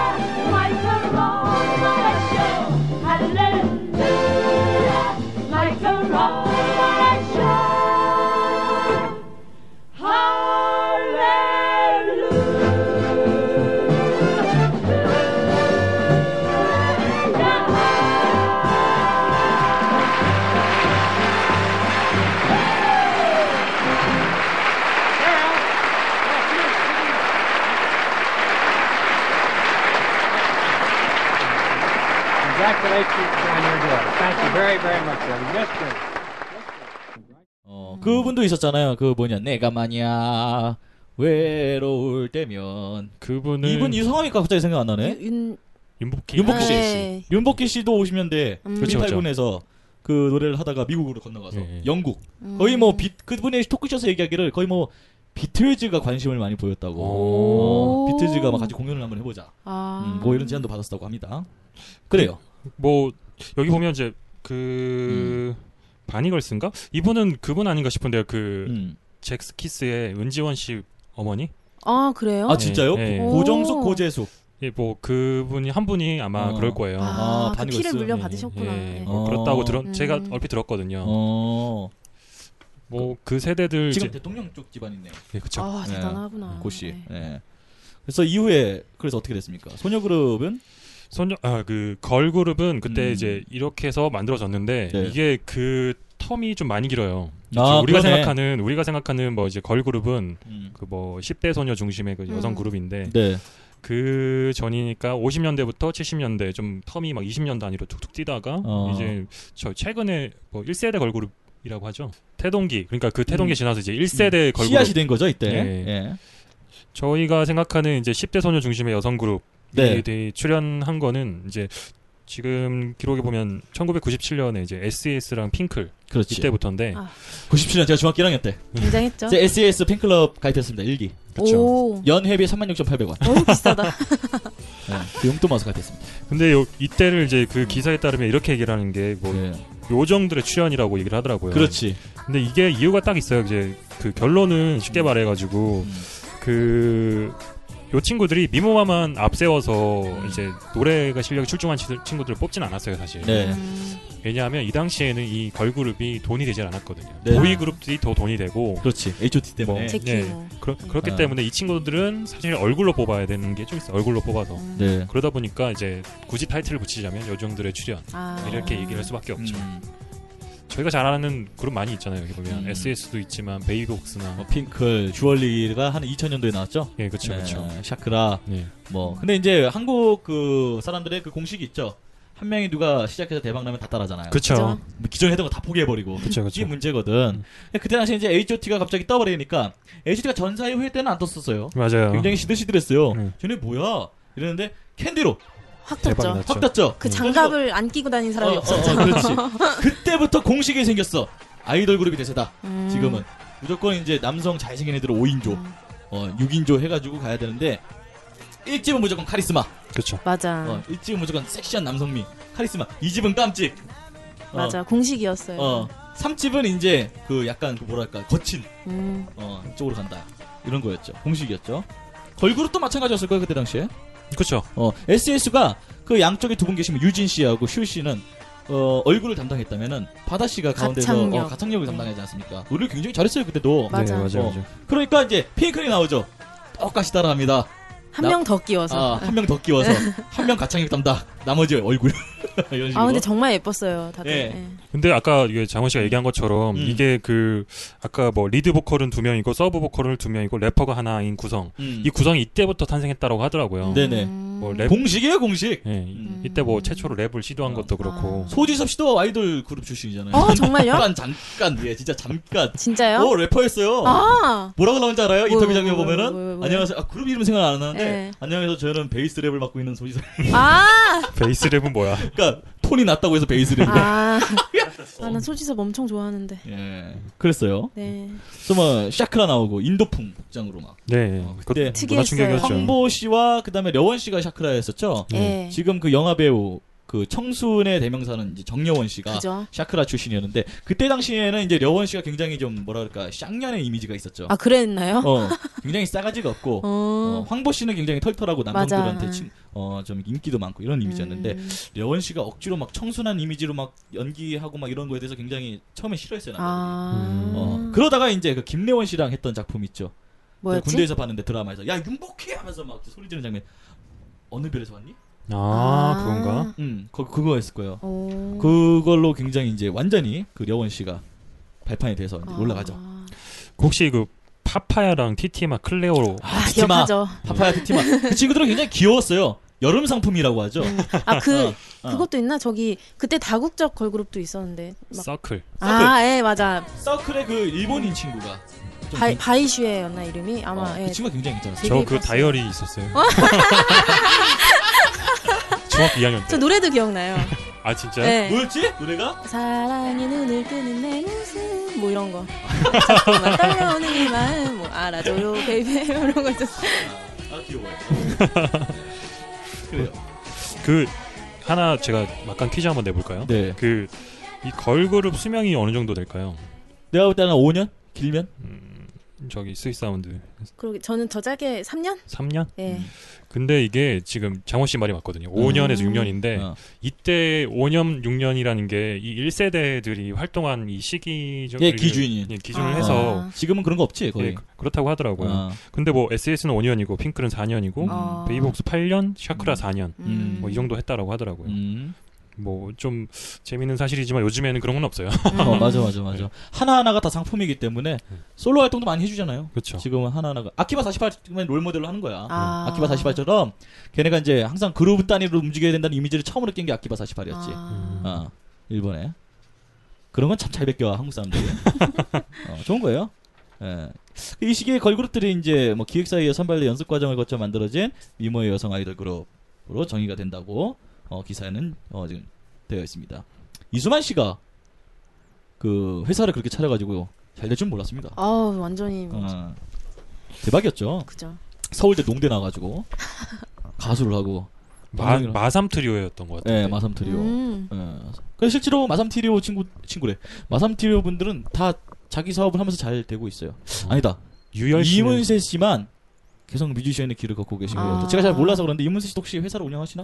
S8: My God, what a show 할렐루야 My God, what a show
S9: Congratulate you on your daughter. Thank you very, very much, Debbie. Yes, sir.
S4: 어, 그분도 있었잖아요. 그 뭐냐 내가 만약 외로울 때면
S6: 그분은
S4: 이분 이 성함이니까 갑자기 생각 안 나네.
S5: 윤
S6: 윤복희
S4: 윤복희 씨. 아,
S5: 네.
S4: 윤복희 씨도 50년대
S5: 음.
S6: 그렇죠, 그쵸, 그쵸.
S4: 18군에서 그 노래를 하다가 미국으로 건너가서
S6: 예, 예.
S4: 영국
S5: 음.
S4: 거의 뭐 비, 그분의 토크쇼에서 얘기하기를 거의 뭐 비틀즈가 관심을 많이 보였다고
S5: 오.
S4: 어, 비틀즈가 막 같이 공연을 한번 해보자
S5: 아.
S4: 음, 뭐 이런 제안도 받았다고 합니다. 그래요.
S6: 뭐 여기 보면 이제 그
S4: 음.
S6: 바니걸스인가 이분은 그분 아닌가 싶은데요 그
S4: 음.
S6: 잭스키스의 은지원 씨 어머니
S5: 아 그래요?
S4: 아 진짜요?
S6: 예, 예.
S4: 고정숙
S5: 오.
S4: 고재숙
S6: 예, 뭐 그분이 한 분이 아마
S4: 어.
S6: 그럴 거예요.
S4: 아,
S5: 아, 그
S4: 반이
S5: 키를
S4: 걸스.
S5: 물려
S6: 예,
S5: 받으셨구나. 예.
S6: 뭐
S4: 어.
S6: 그렇다고 들었
S5: 음.
S6: 제가 얼핏 들었거든요.
S4: 어.
S6: 뭐 그 세대들
S4: 지금
S6: 이제-
S4: 대통령 쪽 집안이네요.
S6: 예, 그쵸.
S5: 아
S4: 예.
S5: 대단하구나.
S4: 고씨.
S5: 네.
S4: 예. 그래서 이후에 그래서 어떻게 됐습니까? 소녀그룹은
S6: 소녀 아그 걸그룹은 그때
S4: 음.
S6: 이제 이렇게 해서 만들어졌는데
S4: 네.
S6: 이게 그 텀이 좀 많이 길어요.
S4: 아,
S6: 그렇죠. 우리가
S4: 그러네.
S6: 생각하는 우리가 생각하는 뭐 이제 걸그룹은
S4: 음.
S6: 그 뭐 10대 소녀 중심의 그 여성
S5: 음.
S6: 그룹인데
S4: 네.
S6: 그 전이니까 50년대부터 70년대 좀 텀이 막 20년 단위로 툭툭 뛰다가
S4: 어.
S6: 이제 저 최근에 뭐 1세대 걸그룹이라고 하죠. 태동기. 그러니까 그 태동기 지나서 이제 1세대 걸그룹
S4: 음. 씨앗이 된 거죠 이때.
S6: 예.
S4: 예.
S6: 저희가 생각하는 이제 10대 소녀 중심의 여성 그룹이
S4: 네.
S6: 네. 출연한 거는 이제 지금 기록에 보면 1997년에 이제 SES랑 핑클
S4: 그렇지.
S6: 이때부터인데
S5: 아.
S4: 97년 제가 중학교 1학년 때
S5: 굉장했죠.
S4: 제 SAS 팬클럽 가입했습니다. 일기
S6: 그렇죠.
S5: 오.
S4: 연회비 36,800원.
S5: 너무 비싸다.
S4: 예. 그 용돈 모아서 가입했습니다.
S6: 근데 요, 이때를 이제 그 기사에 따르면 이렇게 얘기를 하는 게 뭐
S4: 예.
S6: 요정들의 출연이라고 얘기를 하더라고요.
S4: 그렇지.
S6: 근데 이게 이유가 딱 있어요. 이제 그 결론은 쉽게 말해가지고
S4: 음.
S6: 그. 요 친구들이 미모만 앞세워서 이제 노래가 실력이 출중한 치- 친구들을 뽑진 않았어요 사실.
S4: 음. 네.
S5: 음,
S6: 왜냐하면 이 당시에는 이 걸그룹이 돈이 되질 않았거든요.
S4: 네.
S6: 보이 그룹들이 더 돈이 되고
S4: 그렇지. HOT 때문에.
S6: 뭐.
S5: 제키.
S6: 네.
S5: 뭐.
S6: 그렇기
S4: 아.
S6: 때문에 이 친구들은 사실 얼굴로 뽑아야 되는 게 좀 있어. 요 얼굴로 뽑아서
S4: 네.
S6: 그러다 보니까 이제 굳이 타이틀을 붙이자면 요정들의 출연
S5: 아.
S6: 이렇게 얘기를 할 수밖에 없죠.
S4: 음.
S6: 저희가 잘 아는 그룹 많이 있잖아요. 여기 보면
S4: 음.
S6: SS도 있지만 베이비복스나
S4: 뭐 핑클, 주얼리가 한 2000년도에 나왔죠.
S6: 예 그렇죠
S4: 예,
S6: 그렇죠.
S4: 샤크라
S6: 네.
S4: 뭐 근데 이제 한국 그 사람들의 그 공식이 있죠. 한 명이 누가 시작해서 대박 나면 다 따라하잖아요.
S6: 그쵸.
S4: 뭐 기존에 했던 거 다 포기해버리고
S6: 그쵸, 그쵸.
S4: 이게 문제거든. 근데 그때 당시 에 이제 HOT가 갑자기 떠버리니까 HOT가 전사의 후회 때는 안 떴었어요.
S6: 맞아요.
S4: 굉장히 시들시들했어요.
S6: 음.
S4: 쟤네 뭐야? 이랬는데 캔디로
S5: 확
S6: 대박
S5: 떴죠.
S6: 났죠.
S4: 확 떴죠. 어,
S5: 그 장갑을 안 끼고 다닌 사람이 없었죠.
S4: 그렇지. 그때부터 공식이 생겼어. 아이돌 그룹이 대세다.
S5: 음.
S4: 지금은 무조건 이제 남성 잘생긴 애들은 5인조, 어 6인조 해가지고 가야 되는데 일집은 무조건 카리스마,
S6: 그쵸.
S5: 맞아.
S4: 어, 1집은 무조건 섹시한 남성미, 카리스마. 2집은 깜찍. 어,
S5: 맞아. 공식이었어요.
S4: 어, 3집은 이제 그 약간 그 뭐랄까 거친
S5: 음.
S4: 어, 쪽으로 간다. 이런 거였죠. 공식이었죠. 걸그룹도 마찬가지였을 거예요 그때 당시에.
S6: 그쵸.
S4: 어, SS가 그 양쪽에 두 분 계시면 유진 씨하고 슈 씨는 어, 얼굴을 담당했다면은 바다 씨가 가운데서
S5: 가창력. 네.
S4: 어, 가창력을 담당하지 않습니까? 노래를 굉장히 잘했어요 그때도.
S5: 맞아.
S6: 네, 맞아요.
S4: 어.
S6: 맞아요.
S4: 그러니까 이제 핑클이 나오죠. 똑같이 따라합니다.
S5: 한
S4: 나-
S5: 명 더 끼워서. 네.
S4: 아, 한 명 더 끼워서 한 명 가창력 담당, 나머지 얼굴 이런 식으로.
S5: 아 근데 정말 예뻤어요 다들.
S4: 예.
S5: 예.
S6: 근데 아까 이게 장원 씨가 얘기한 것처럼
S4: 음.
S6: 이게 그 아까 뭐 리드 보컬은 두 명이고 서브 보컬은 두 명이고 래퍼가 하나인 구성.
S4: 음.
S6: 이 구성이 이때부터 탄생했다라고 하더라고요.
S4: 네네.
S5: 음.
S6: 뭐 랩,
S4: 공식이에요 공식.
S6: 예, 이- 이때 뭐 최초로 랩을 시도한
S4: 아.
S6: 것도 그렇고.
S4: 소지섭 씨도 아이돌 그룹 출신이잖아요.
S5: 어 정말요?
S4: 잠깐 잠깐 예 진짜 잠깐.
S5: 진짜요?
S4: 오 래퍼였어요.
S5: 아
S4: 뭐라고 나온지 알아요?
S5: 뭐요,
S4: 인터뷰 장면
S5: 뭐요,
S4: 보면은
S5: 뭐요, 뭐요?
S4: 안녕하세요. 아, 그룹 이름 생각 안 나는데
S5: 네.
S4: 안녕하세요. 저는 베이스 랩을 맡고 있는 소지사.
S5: 아.
S6: 베이스 랩은 뭐야?
S4: 그러니까 톤이 낮다고 해서 베이스 랩. 아.
S5: 아. 나는 소지섭 엄청 좋아하는데.
S4: 예, 그랬어요.
S5: 네.
S6: 음.
S4: 또뭐 샤크라 나오고 인도풍 복장으로 막.
S6: 네.
S4: 어,
S6: 그것
S4: 그때
S6: 문화
S5: 특이했어요.
S6: 충격이었죠.
S4: 황보 씨와 그다음에 려원 씨가 샤크라였었죠.
S5: 예.
S4: 지금 그 영화 배우 그 청순의 대명사는 이제 정려원 씨가
S5: 그죠.
S4: 샤크라 출신이었는데 그때 당시에는 이제 려원 씨가 굉장히 좀 뭐랄까 쌍년의 이미지가 있었죠.
S5: 아 그랬나요?
S4: 어, 굉장히 싸가지가 없고 어,
S5: 어.
S4: 황보 씨는 굉장히 털털하고 남성들한테
S5: 맞아.
S4: 친, 어, 좀 인기도 많고 이런 이미지였는데
S5: 음.
S4: 려원 씨가 억지로 막 청순한 이미지로 막 연기하고 막 이런 거에 대해서 굉장히 처음에 싫어했어요. 남자들이.
S5: 아.
S6: 음.
S4: 어, 그러다가 이제 그 김래원 씨랑 했던 작품 있죠. 그
S5: 뭐였지?
S4: 군대에서 봤는데 드라마에서 야 윤복해 하면서 막 소리 지르는 장면. 어느 별에서 봤니?
S6: 아, 그건가?
S4: 음, 그 그거였을 거예요.
S5: 오.
S4: 그걸로 굉장히 이제 완전히 그 려원 씨가 발판이 돼서 이제
S5: 아.
S4: 올라가죠.
S6: 그 혹시 그 파파야랑 티티마 클레오로
S5: 아,
S4: 티티마.
S5: 기억하죠.
S4: 파파야 티티마 그 친구들은 굉장히 귀여웠어요. 여름 상품이라고 하죠.
S5: 아 그
S4: 어, 어.
S5: 그것도 있나? 저기 그때 다국적 걸그룹도 있었는데. 막...
S6: 서클.
S5: 아, 예, 맞아.
S4: 서클의 그 일본인 친구가 좀
S5: 바이,
S4: 굉장히-
S5: 바이슈에였나 이름이 아마.
S4: 어,
S5: 예.
S4: 그 친구가 굉장히 괜찮았어요.
S6: 저
S5: 되게
S6: 그
S5: 예뻤어요.
S6: 다이어리 있었어요. 중학교 2학년 때.
S5: 저 노래도 기억나요.
S6: 아 진짜? 요
S5: 예.
S4: 뭐였지? 노래가?
S5: 사랑의 눈을 뜨는 내 모습 뭐 이런 거 자꾸만 떨려오는 이 마음 뭐 알아줘요 베이베 이런 거 있었어
S4: 아 귀여워요. 그래요.
S6: 그 하나 제가 막간 퀴즈 한번 내볼까요?
S4: 네.
S6: 그 이 걸그룹 수명이 어느 정도 될까요?
S4: 내가 볼 때는 5년 길면
S6: 저기 스윗 사운드
S5: 그러게 저는 더 짧게 3년?
S6: 3년?
S5: 예.
S4: 음,
S6: 근데 이게 지금 장원 씨 말이 맞거든요. 5년에서 6년인데
S4: 어.
S6: 이때 5년 6년이라는 게 이 1세대들이 활동한 이 시기
S4: 예, 기준이.
S6: 예, 기준을
S5: 아.
S6: 해서
S4: 지금은 네, 그런 거 없지
S6: 예,
S4: 거의.
S6: 그- 그렇다고 하더라고요.
S4: 아.
S6: 근데 뭐 SS는 5년이고 핑클은 4년이고
S5: 어.
S6: 베이복스 8년, 샤크라 4년
S4: 음.
S6: 뭐 이 정도 했다라고 하더라고요.
S4: 음.
S6: 뭐 좀 재밌는 사실이지만 요즘에는 그런 건 없어요.
S4: 어, 맞아 맞아 맞아. 하나 하나가 다 상품이기 때문에 솔로 활동도 많이 해주잖아요.
S6: 그렇죠.
S4: 지금은 하나 하나가 아키바 48면 롤 모델로 하는 거야.
S5: 아.
S4: 음, 아키바 48처럼 걔네가 이제 항상 그룹 단위로 움직여야 된다는 이미지를 처음으로 깬 게 아키바 48이었지.
S5: 아.
S4: 어, 일본에 그런 건 참 잘 베껴 한국 사람들이 어, 좋은 거예요. 예. 이 시기에 걸그룹들이 이제 뭐 기획사의 선발대 연습 과정을 거쳐 만들어진 미모의 여성 아이돌 그룹으로 정의가 된다고 어, 기사에는 어, 지금 되어 있습니다. 이수만 씨가 그 회사를 그렇게 차려가지고 잘 될 줄 몰랐습니다.
S5: 아우 완전히
S4: 어, 대박이었죠.
S5: 그죠
S4: 서울대 농대 나와가지고 가수를 하고
S6: 마,
S4: 방송이라-
S6: 마삼 트리오였던 것 같아요.
S4: 예, 마삼 트리오.
S5: 음.
S4: 어. 그래서 실제로 마삼 티리오 친구 친구래. 마삼 티리오 분들은 다 자기 사업을 하면서 잘 되고 있어요. 아니다.
S6: 유열 씨는
S4: 이문세 씨만 계속 뮤지션의 길을 걷고 계신 것
S5: 아.
S4: 같아요. 제가 잘 몰라서 그런데 이문세 씨도 혹시 회사를 운영하시나?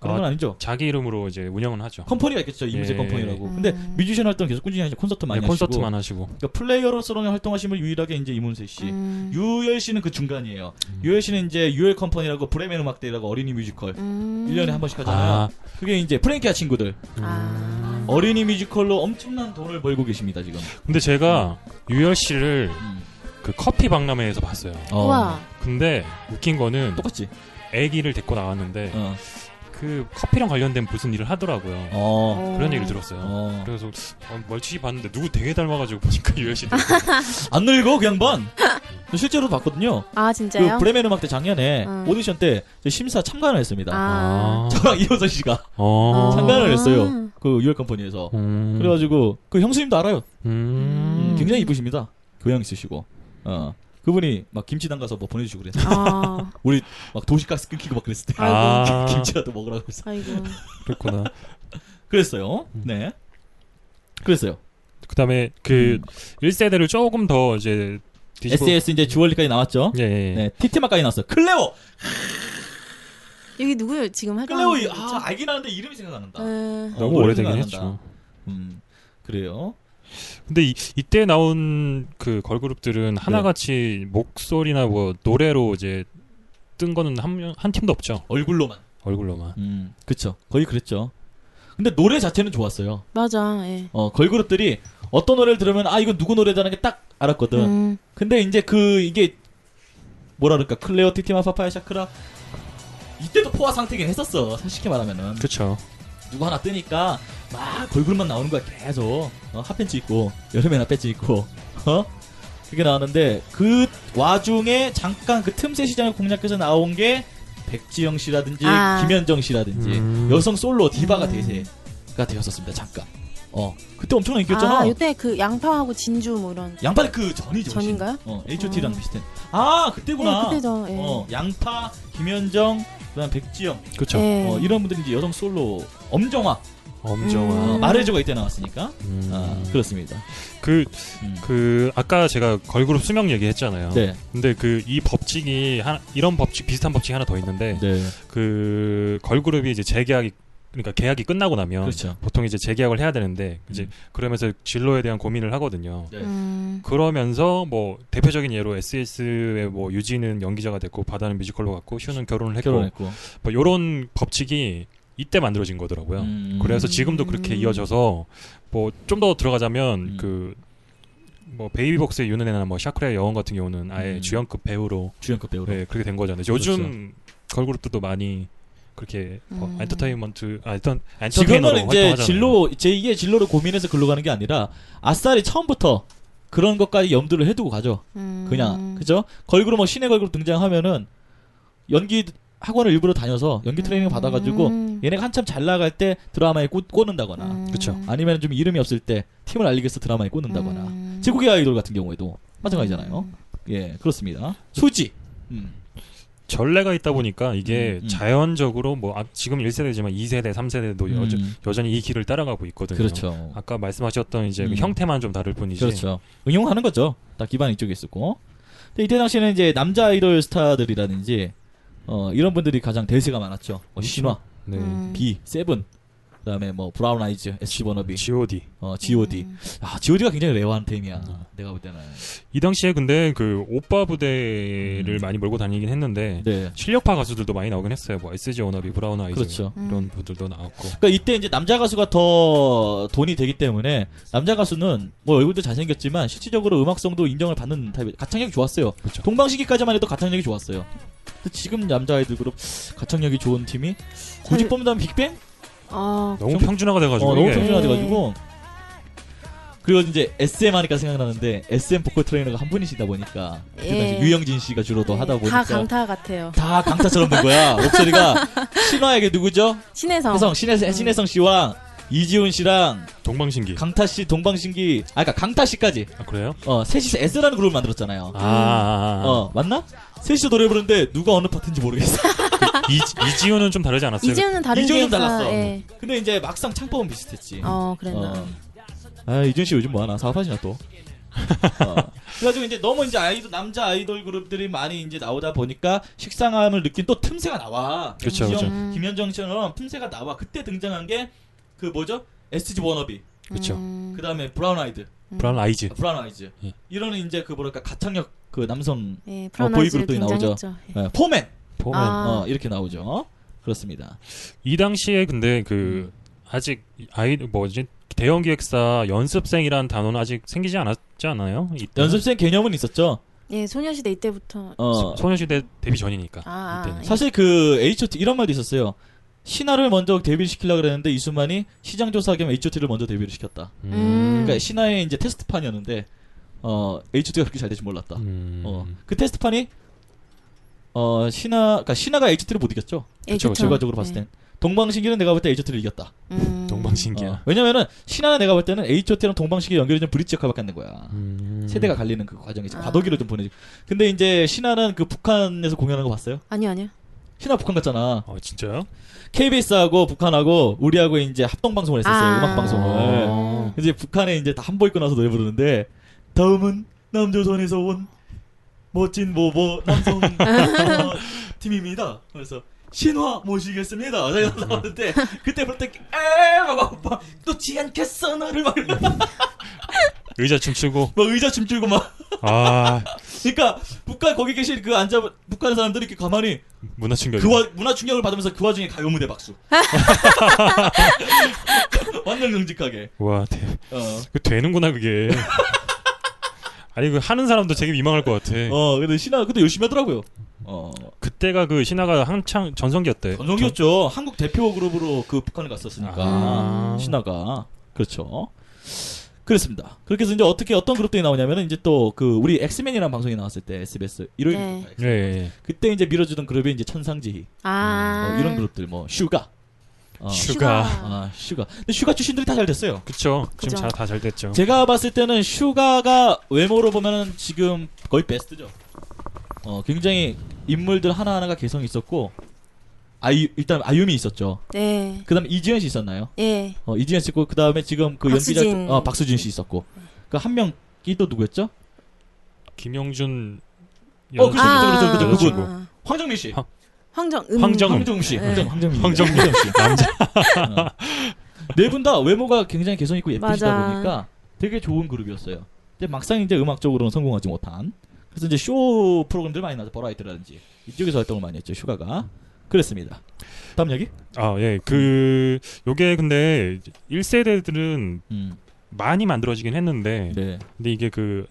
S4: 그런 건
S6: 아,
S4: 아니죠.
S6: 자기 이름으로 이제 운영은 하죠.
S4: 컴퍼니가 있겠죠. 이문세
S6: 예.
S4: 컴퍼니라고. 근데
S5: 음.
S4: 뮤지션 활동 계속 꾸준히 하시고 콘서트 많이
S6: 네,
S4: 하시고.
S6: 콘서트만 하시고.
S4: 그러니까 플레이어로서는 활동하시면 유일하게 이제 이문세 씨.
S5: 음.
S4: 유열 씨는 그 중간이에요.
S6: 음.
S4: 유열 씨는 이제 유열 컴퍼니라고 브레멘 음악대라고 어린이 뮤지컬
S5: 음.
S4: 1년에 한 번씩 하잖아요.
S6: 아, 음.
S4: 그게 이제 그렇죠. 프랭키아 친구들.
S5: 아.
S4: 어린이 뮤지컬로 엄청난 돈을 벌고 계십니다 지금.
S6: 근데 제가 유열 씨를
S4: 음.
S6: 그 커피 박람회에서 봤어요.
S4: 어.
S5: 우와
S6: 근데 웃긴 거는
S4: 똑같지.
S6: 아기를 데리고 나왔는데
S4: 어.
S6: 그 커피랑 관련된 무슨 일을 하더라고요.
S4: 어.
S6: 그런 얘기를 들었어요.
S4: 어.
S6: 그래서 어, 멀찍이 봤는데 누구 되게 닮아가지고 보니까 유열씨
S4: 안 늙어 그 양반. 저 실제로 봤거든요.
S5: 아 진짜요?
S4: 그 브레멘 음악 때 작년에
S5: 어.
S4: 오디션 때저 심사 참관을 했습니다.
S5: 아.
S4: 저랑 이호선 씨가
S6: 어.
S4: 참관을
S5: 아.
S4: 했어요. 그 유열 컴퍼니에서.
S6: 음.
S4: 그래가지고 그 형수님도 알아요.
S6: 음.
S4: 음, 굉장히 이쁘십니다. 교양 있으시고. 어. 그분이 막 김치당 가서 뭐 보내주시고 그랬어요.
S5: 아.
S4: 우리 막 도시가스 끊기고 막 그랬을 때
S6: 아.
S4: 김치라도 먹으라고 그랬어.
S5: 아이고.
S6: 그랬구나.
S4: 그랬어요.
S6: 음.
S4: 네. 그랬어요.
S6: 그다음에 그 1세대를 조금 더 이제 뒤집어
S4: SAS 이제 주얼리까지 나왔죠.
S6: 예, 예.
S4: 네. 티티마까지 나왔어요. 클레오.
S5: 여기 누구요? 지금 네, 활동?
S4: 클레오 이- 아 알긴 하는데 이름이 생각난다.
S5: 에...
S4: 어,
S6: 너무
S4: 노래
S6: 오래되긴
S4: 생각난다.
S6: 했죠.
S4: 음. 그래요.
S6: 근데 이, 이때 나온 그 걸그룹들은
S4: 네.
S6: 하나같이 목소리나 뭐 노래로 이제 뜬 거는 한, 명- 한 팀도 없죠.
S4: 얼굴로만.
S6: 얼굴로만.
S4: 음. 그쵸. 거의 그랬죠. 근데 노래 자체는 좋았어요.
S5: 맞아. 예.
S4: 어 걸그룹들이 어떤 노래를 들으면 아 이건 누구 노래다라는 게 딱 알았거든.
S5: 음.
S4: 근데 이제 그 이게 뭐라 그럴까 클레오 티티마 파파야 샤크라 이때도 포화 상태긴 했었어 솔직히 말하면은
S6: 그쵸.
S4: 누구 하나 뜨니까 막 얼굴만 나오는 거야 계속 어, 핫팬츠 입고 여름에 핫팬츠 입고 어 그게 나왔는데 그 와중에 잠깐 그 틈새 시장을 공략해서 나온 게 백지영 씨라든지
S5: 아.
S4: 김현정 씨라든지
S6: 음.
S4: 여성 솔로 디바가 대세가 되었었습니다 잠깐 어 그때 엄청난 인기였잖아
S5: 아, 이때 그 양파하고 진주 뭐 이런.
S4: 양파는 그 전이죠. 혹시?
S5: 전인가요?
S4: 어, H.O.T.랑
S5: 어.
S4: 비슷한. 아, 그때구나.
S5: 예, 그때죠. 예.
S4: 어, 양파, 김현정, 그다음 백지영,
S6: 그쵸.
S5: 예.
S4: 어, 이런 분들이 이제 여성 솔로, 엄정화,
S6: 엄정화.
S4: 어,
S5: 음.
S4: 마레조가 이때 나왔으니까.
S6: 음.
S4: 아, 그렇습니다.
S6: 그,
S4: 음.
S6: 그, 아까 제가 걸그룹 수명 얘기했잖아요.
S4: 네,
S6: 근데 그, 이 법칙이, 하나, 이런 법칙, 비슷한 법칙이 하나 더 있는데,
S4: 네,
S6: 그, 걸그룹이 이제 재계약이, 그러니까 계약이 끝나고 나면,
S4: 그렇죠.
S6: 보통 이제 재계약을 해야 되는데, 이제
S4: 음.
S6: 그러면서 진로에 대한 고민을 하거든요.
S4: 네.
S5: 음.
S6: 그러면서 뭐 대표적인 예로 SS의 뭐 유진은 연기자가 됐고 바다는 뮤지컬로 갔고 슈는 결혼을 했고
S4: 아, 결혼했고.
S6: 뭐 요런 법칙이 이때 만들어진 거더라고요.
S4: 음.
S6: 그래서 지금도 그렇게 이어져서 뭐 좀 더 들어가자면
S4: 음.
S6: 그 뭐 베이비복스의 윤은혜나 뭐 샤크라의 여원 같은 경우는 아예
S4: 음.
S6: 주연급 배우로
S4: 주연급 배우로. 그렇죠.
S6: 네, 그렇게 된 거잖아요. 요즘 걸그룹들도 많이 그렇게 뭐
S5: 음.
S6: 엔터테인먼트 아 일단
S4: 저
S6: 엔터테이너로
S4: 그러면 이제
S6: 뭐 활동하잖아요.
S4: 진로 제2의 진로를 고민해서 글로 가는 게 아니라 아싸리 처음부터 그런 것까지 염두를 해두고 가죠.
S5: 음.
S4: 그냥 그죠? 걸그룹 뭐 신의 걸그룹 등장하면은 연기 학원을 일부러 다녀서 연기 트레이닝 을 받아가지고 예,
S5: 음.
S4: 얘네가 한참 잘 나갈 때 드라마에 꽂, 꽂는다거나
S5: 음.
S6: 그쵸.
S4: 아니면 좀 이름이 없을 때 팀을 알리기 위해서 드라마에 꽂는다거나
S5: 음.
S4: 제국의 아이돌 같은 경우에도 마찬가지잖아요. 예 그렇습니다. 소지 음.
S6: 전례가 있다 보니까 이게
S4: 음, 음.
S6: 자연적으로 뭐 아, 지금 1세대지만 2세대, 3세대도 뭐 여전,
S4: 음.
S6: 여전히 이 길을 따라가고 있거든요.
S4: 그렇죠.
S6: 아까 말씀하셨던 이제 그
S4: 음.
S6: 형태만 좀 다를 뿐이지.
S4: 그렇죠. 응용하는 거죠. 다 기반 이쪽에 있었고. 근데 이때 당시에는 이제 남자 아이돌 스타들이라든지 어, 이런 분들이 가장 대세가 많았죠. 뭐 신화,
S6: 네.
S5: 음.
S4: B, 세븐, 그다음에 뭐 브라운 아이즈, SG 버너비,
S6: G.O.D.
S4: 어, G.O.D.
S5: 음.
S4: 아, G.O.D가 굉장히 레어한 템이야. 내가 볼 때는.
S6: 이 당시에 근데 그 오빠 부대를
S4: 음.
S6: 많이 몰고 다니긴 했는데
S4: 네. 워낙
S6: 실력파 가수들도 많이 나오긴 했어요. 뭐 SG 워너비, 브라운 아이즈
S4: 그렇죠.
S5: 음.
S6: 이런 분들도 나왔고.
S4: 그러니까 이때 이제 남자 가수가 더 돈이 되기 때문에 남자 가수는 뭐 얼굴도 잘생겼지만 실질적으로 음악성도 인정을 받는 타입이 가창력이 좋았어요.
S6: 그렇죠.
S4: 동방시기까지만 해도 가창력이 좋았어요. 근데 지금 남자 아이돌 그룹 가창력이 좋은 팀이 굳이
S5: 잘-
S4: 뽑는다면 빅뱅?
S5: 아,
S6: 너무
S4: 좀-
S6: 평준화가 네. 돼가지고
S4: 어, 너무
S6: 이게
S4: 평준화돼가지고 그리고 이제 SM 하니까 생각나는데 SM 보컬 트레이너가 한 분이시다 보니까 그때
S5: 예.
S4: 당시 유영진 씨가 주로 더 하다 보니까
S5: 다 강타 같아요.
S4: 다 강타처럼 된 거야. 목소리가 신화에게 누구죠?
S5: 신혜성.
S4: 혜성 신혜성, 신혜성 씨와 이지훈 씨랑
S6: 동방신기.
S4: 예. 강타 씨, 동방신기, 아 그러니까 강타 씨까지
S6: 아 그래요?
S4: 어 셋이서 S라는 그룹을 만들었잖아요.
S6: 아, 아, 아.
S4: 어 맞나? 셋이서 노래 부르는데 누가 어느 파트인지 모르겠어.
S6: 이, 이지훈은 좀 다르지 않았어요?
S5: 이재훈은 다른
S4: 이재훈은
S5: 게 있어.
S4: 달랐어.
S5: 예.
S4: 근데 이제 막상 창법은 비슷했지.
S5: 어, 그랬나.
S4: 어. 아 이준 씨 요즘 뭐하나 사업하시나 또. 어. 그래가지고 이제 너무 이제 아이돌 남자 아이돌 그룹들이 많이 이제 나오다 보니까 식상함을 느낀 또 틈새가 나와.
S6: 그쵸,
S4: 김지영,
S6: 그쵸.
S5: 음.
S4: 김현정처럼 틈새가 나와. 그때 등장한 게 그 뭐죠? SG 워너비.
S6: 그렇죠.
S5: 음.
S4: 그 다음에 브라운 아이드.
S6: 브라운 아이즈.
S4: 아, 브라운 아이즈.
S6: 예.
S4: 이런 이제 그 뭐랄까 가창력 그 남성
S5: 예,
S4: 어,
S5: 프라나이즈
S4: 보이그룹들이 나오죠.
S5: 등장했죠. 예.
S4: 예, 포맨
S6: 포맨.
S5: 아.
S4: 어, 이렇게 나오죠. 그렇습니다.
S6: 이 당시에 근데
S4: 음.
S6: 그 아직 아이 뭐지 대형 기획사 연습생이라는 단어는 아직 생기지 않았지 않아요? 이때?
S4: 연습생 개념은 있었죠.
S5: 예, 소녀시대 이때부터
S4: 어,
S6: 소- 소녀시대 데뷔 전이니까
S5: 아, 아,
S6: 이때는
S5: 예.
S4: 사실 그 H.O.T 이런 말도 있었어요. 신화를 먼저 데뷔를 시키려고 그랬는데 이수만이 시장 조사 겸 H.O.T.를 먼저 데뷔를 시켰다.
S5: 음.
S4: 그러니까 신화의 이제 테스트판이었는데 어 H.O.T.가 그렇게 잘 될 줄 몰랐다.
S6: 음.
S4: 어, 그 테스트판이 어 신화, 그러니까 신화가 H.O.T.를 못 이겼죠.
S5: 예,
S6: 그쵸,
S5: 그쵸.
S4: 결과적으로 봤을
S5: 네.
S4: 땐 동방신기는 내가 볼 때 H.O.T.를 이겼다.
S5: 음.
S6: 동방신기야.
S4: 어, 왜냐면은 신화는 내가 볼 때는 H.O.T.랑 동방신기 연결이 좀 브릿지 역할밖에 안 된 거야.
S6: 음.
S4: 세대가 갈리는 그 과정이 죠
S5: 아.
S4: 과도기로 좀 보내지. 근데 이제 신화는 그 북한에서 공연한 거 봤어요?
S5: 아니요, 아니요.
S4: 신화 북한 갔잖아.
S6: 어 진짜요?
S4: KBS하고 북한하고 우리하고 이제 합동 방송을 했었어요.
S5: 아.
S4: 음악 방송을.
S6: 어.
S4: 이제 북한에 이제 다 한복 입고 나서 노래 부르는데 다음은 남조선에서 온 멋진 모보 남성 어, 팀입니다. 그래서 신화 모시겠습니다. 제가 나왔는데 그때 볼때 에막막또 지않겠어 너를 막 이러면서
S6: 의자 춤추고
S4: 막 의자 춤추고 막
S6: 아
S4: 그러니까 북한 거기 계신 그 앉아 북한 사람들이 이렇게 가만히
S6: 문화 충격.
S4: 그 와, 문화 충격을 받으면서 그 와중에 가요 무대 박수. 완전 정직하게.
S6: 와 대.
S4: 어.
S6: 그 되는구나 그게. 아니 그 하는 사람도 되게 미망할 것 같아.
S4: 어, 근데 신화 근데 열심히 하더라고요. 어.
S6: 그때가 그 신화가 한창 전성기였대.
S4: 전성기였죠. 한국 대표 그룹으로 그 북한을
S5: 음.
S4: 갔었으니까
S6: 아.
S4: 신화가 그렇죠. 그렇습니다. 그렇게 해서 이제 어떻게 어떤 그룹들이 나오냐면은 이제 또 그 우리 엑스맨이라는 방송이 나왔을 때 SBS 일요일
S5: 네.
S6: 예, 예.
S4: 그때 이제 밀어주던 그룹이 이제 천상지희
S5: 아.
S4: 어, 이런 그룹들 뭐 슈가 어,
S6: 슈가.
S4: 아 슈가 근데 슈가 출신들이 다 잘 됐어요.
S6: 그쵸. 지금
S5: 그죠.
S6: 다 잘 됐죠.
S4: 제가 봤을 때는 슈가가 외모로 보면은 지금 거의 베스트죠. 어 굉장히 인물들 하나 하나가 개성이 있었고 아이 일단 아유미 있었죠.
S5: 네.
S4: 그다음 에 이지현 씨 있었나요?
S5: 예.
S4: 어 이지현 씨 있고 그다음에 지금 그
S5: 박수진.
S4: 연기자 어 박수진 씨 있었고 그 한 명이 또 누구였죠?
S6: 김영준.
S4: 어,
S5: 그렇죠.
S4: 그쵸,
S6: 여자-
S4: 그쵸, 그쵸, 그쵸,
S6: 여자친구.
S4: 그분. 황정민 씨.
S6: 황-
S5: 아, 황정 음.
S6: 황정-
S4: 황정민 씨.
S5: 네.
S4: 황정 황정민.
S6: 황정민
S4: 씨. 남자. 네 분 다 외모가 굉장히 개성 있고 예쁘시다
S5: 맞아.
S4: 보니까 되게 좋은 그룹이었어요. 근데 막상 이제 음악적으로는 성공하지 못한. 그래서 이제 쇼 프로그램들 많이 나서 버라이트라든지 이쪽에서 활동을 많이 했죠. 슈가가. 그랬습니다. 다음 얘기?
S6: 아, 예. 그 요게 근데 1세대들은
S4: 음.
S6: 많이 만들어지긴 했는데
S4: 네.
S6: 근데 이게 그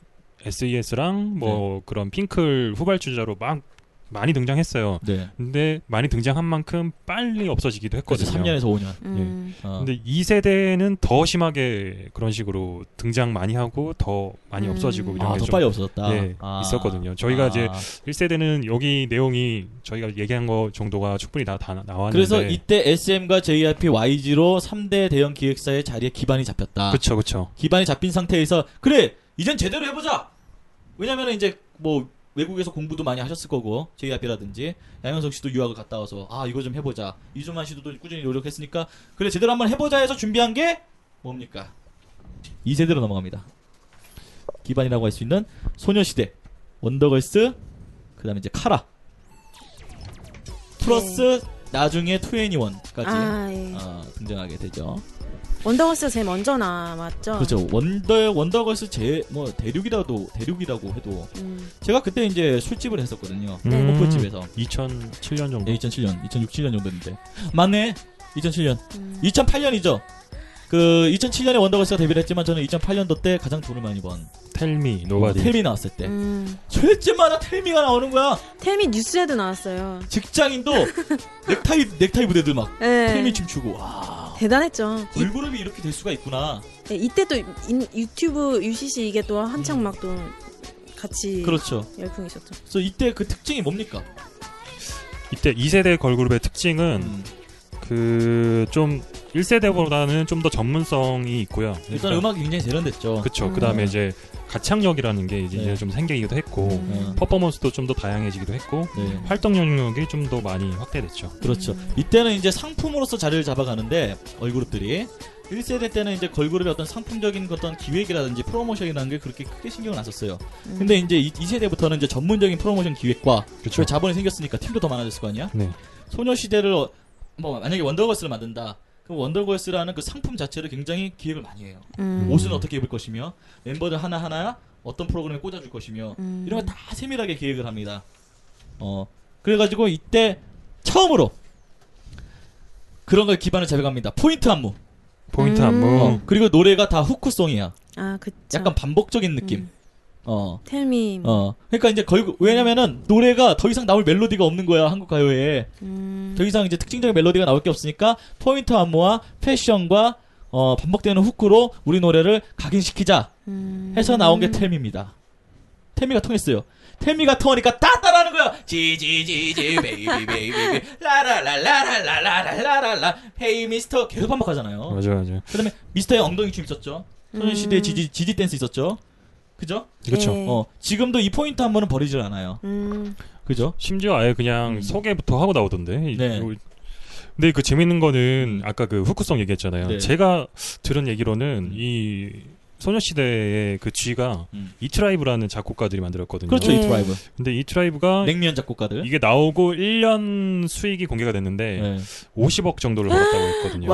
S6: SES랑 뭐 그런 핑클 후발주자로 막 많이 등장했어요.
S4: 네.
S6: 근데 많이 등장한 만큼 빨리 없어지기도
S4: 그래서
S6: 했거든요.
S4: 3년에서 5년.
S5: 음.
S4: 어.
S6: 근데 2세대는 더 심하게 그런 식으로 등장 많이 하고 더 많이
S5: 음.
S6: 없어지고 이런
S4: 아,
S6: 게
S4: 더
S6: 좀
S4: 빨리 없어졌다.
S6: 예,
S4: 아.
S6: 있었거든요. 저희가
S4: 아.
S6: 이제 1세대는 여기 내용이 저희가 얘기한 거 정도가 충분히 다, 다 나왔는데
S4: 그래서 이때 SM과 JYP, YG로 3대 대형 기획사의 자리에 기반이 잡혔다.
S6: 그쵸 그쵸
S4: 기반이 잡힌 상태에서 그래 이젠 제대로 해보자. 왜냐면 이제 뭐 외국에서 공부도 많이 하셨을 거고 JYP라든지 양현석 씨도 유학을 갔다 와서 아 이거 좀 해보자. 이주만 씨도 또 꾸준히 노력했으니까 그래 제대로 한번 해보자 해서 준비한 게 뭡니까? 2세대로 넘어갑니다. 기반이라고 할 수 있는 소녀시대, 원더걸스, 그다음에 이제 카라 플러스 나중에 투애니원까지
S5: 아, 예.
S4: 어, 등장하게 되죠.
S5: 원더걸스가 제일 먼저 나왔죠.
S4: 그렇죠. 원더 원더걸스 제 뭐 대륙이라도 대륙이라고 해도
S5: 음.
S4: 제가 그때 이제 술집을 했었거든요.
S6: 네.
S4: 호프집에서
S6: 2007년 정도
S4: 네, 2007년, 2006, 7년 정도였는데 맞네. 2007년,
S5: 음.
S4: 2008년이죠. 그 2007년에 원더걸스가 데뷔를 했지만 저는 2008년도 때 가장 돈을 많이 번
S6: 텔미 노바디
S4: 텔미 나왔을 때
S5: 음.
S4: 술집마다 텔미가 나오는 거야.
S5: 텔미 뉴스에도 나왔어요.
S4: 직장인도 넥타이 넥타이 무대들 막
S5: 예.
S4: 텔미 춤추고 와
S5: 대단했죠. 이,
S4: 걸그룹이 이렇게 될 수가 있구나.
S5: 예, 이때 또 인- 유튜브 UCC 이게 또 한창 막 또 같이
S4: 음. 그렇죠.
S5: 열풍이 있었죠.
S4: 그래서 이때 그 특징이 뭡니까?
S6: 이때 2세대 걸그룹의 특징은
S4: 음,
S6: 그 좀 1세대보다는 좀 더 전문성이 있고요
S4: 일단
S6: 그러니까
S4: 음악이 굉장히 세련됐죠.
S6: 그쵸
S5: 음.
S6: 그 다음에 이제 가창력이라는 게 이제
S4: 네.
S6: 좀 생기기도 했고
S5: 음.
S6: 퍼포먼스도 좀 더 다양해지기도 했고
S4: 네.
S6: 활동 영역이 좀 더 많이 확대됐죠
S4: 그렇죠.
S5: 음.
S4: 이때는 이제 상품으로서 자리를 잡아가는데 얼그룹들이 1세대 때는 이제 걸그룹의 어떤 상품적인 어떤 기획이라든지 프로모션이라는 게 그렇게 크게 신경을 안 썼어요.
S5: 음.
S4: 근데 이제 2세대부터는 이제 전문적인 프로모션 기획과
S6: 그쵸.
S4: 자본이 생겼으니까 팀도 더 많아졌을 거 아니야?
S6: 네.
S4: 소녀시대를 어- 뭐 만약에 원더걸스를 만든다. 그럼 원더걸스라는 그 상품 자체를 굉장히 기획을 많이 해요.
S5: 음.
S4: 옷은 어떻게 입을 것이며 멤버들 하나하나 어떤 프로그램에 꽂아줄 것이며
S5: 음.
S4: 이런 거 다 세밀하게 기획을 합니다. 어 그래가지고 이때 처음으로 그런 걸 기반을 잡아갑니다. 포인트 안무
S6: 포인트
S5: 음.
S6: 안무
S4: 어, 그리고 노래가 다 후크송이야.
S5: 아, 그쵸.
S4: 약간 반복적인 느낌. 어.
S5: 텔미.
S4: 어. 그러니까 이제 걸고 왜냐면은 노래가 더 이상 나올 멜로디가 없는 거야 한국 가요에.
S5: 음.
S4: 더 이상 이제 특징적인 멜로디가 나올 게 없으니까 포인트 안무와 패션과 어, 반복되는 후크로 우리 노래를 각인시키자
S5: 음.
S4: 해서 나온 게 텔미입니다. 텔미가 통했어요. 텔미가 통하니까 다 따라하는 거야. 지지지지 베이비 베이비 라라라라라라라라라 헤이 미스터 계속 반복하잖아요.
S6: 맞아요, 맞아요.
S4: 그다음에 미스터의 엉덩이 춤 있었죠. 소녀시대의 지지 지지 댄스 있었죠. 그죠?
S6: 그렇죠.
S5: 음. 네.
S4: 어 지금도 이 포인트 한 번은 버리질 않아요.
S5: 음.
S4: 그죠?
S6: 심지어 아예 그냥
S4: 음.
S6: 소개부터 하고 나오던데. 이-
S4: 네. 음.
S6: 요- 근데 그 재밌는 거는 아까 그 후크송 얘기했잖아요.
S4: 네.
S6: 제가 들은 얘기로는 이 소녀시대의 그 쥐가
S4: 음.
S6: 이트라이브라는 작곡가들이 만들었거든요.
S4: 그렇죠
S5: 네.
S4: 이 드라이브
S6: 근데 이트라이브가
S4: 냉면 작곡가들.
S6: 이게 나오고 1년 수익이 공개가 됐는데
S4: 네.
S6: 50억 정도를 벌었다고 했거든요.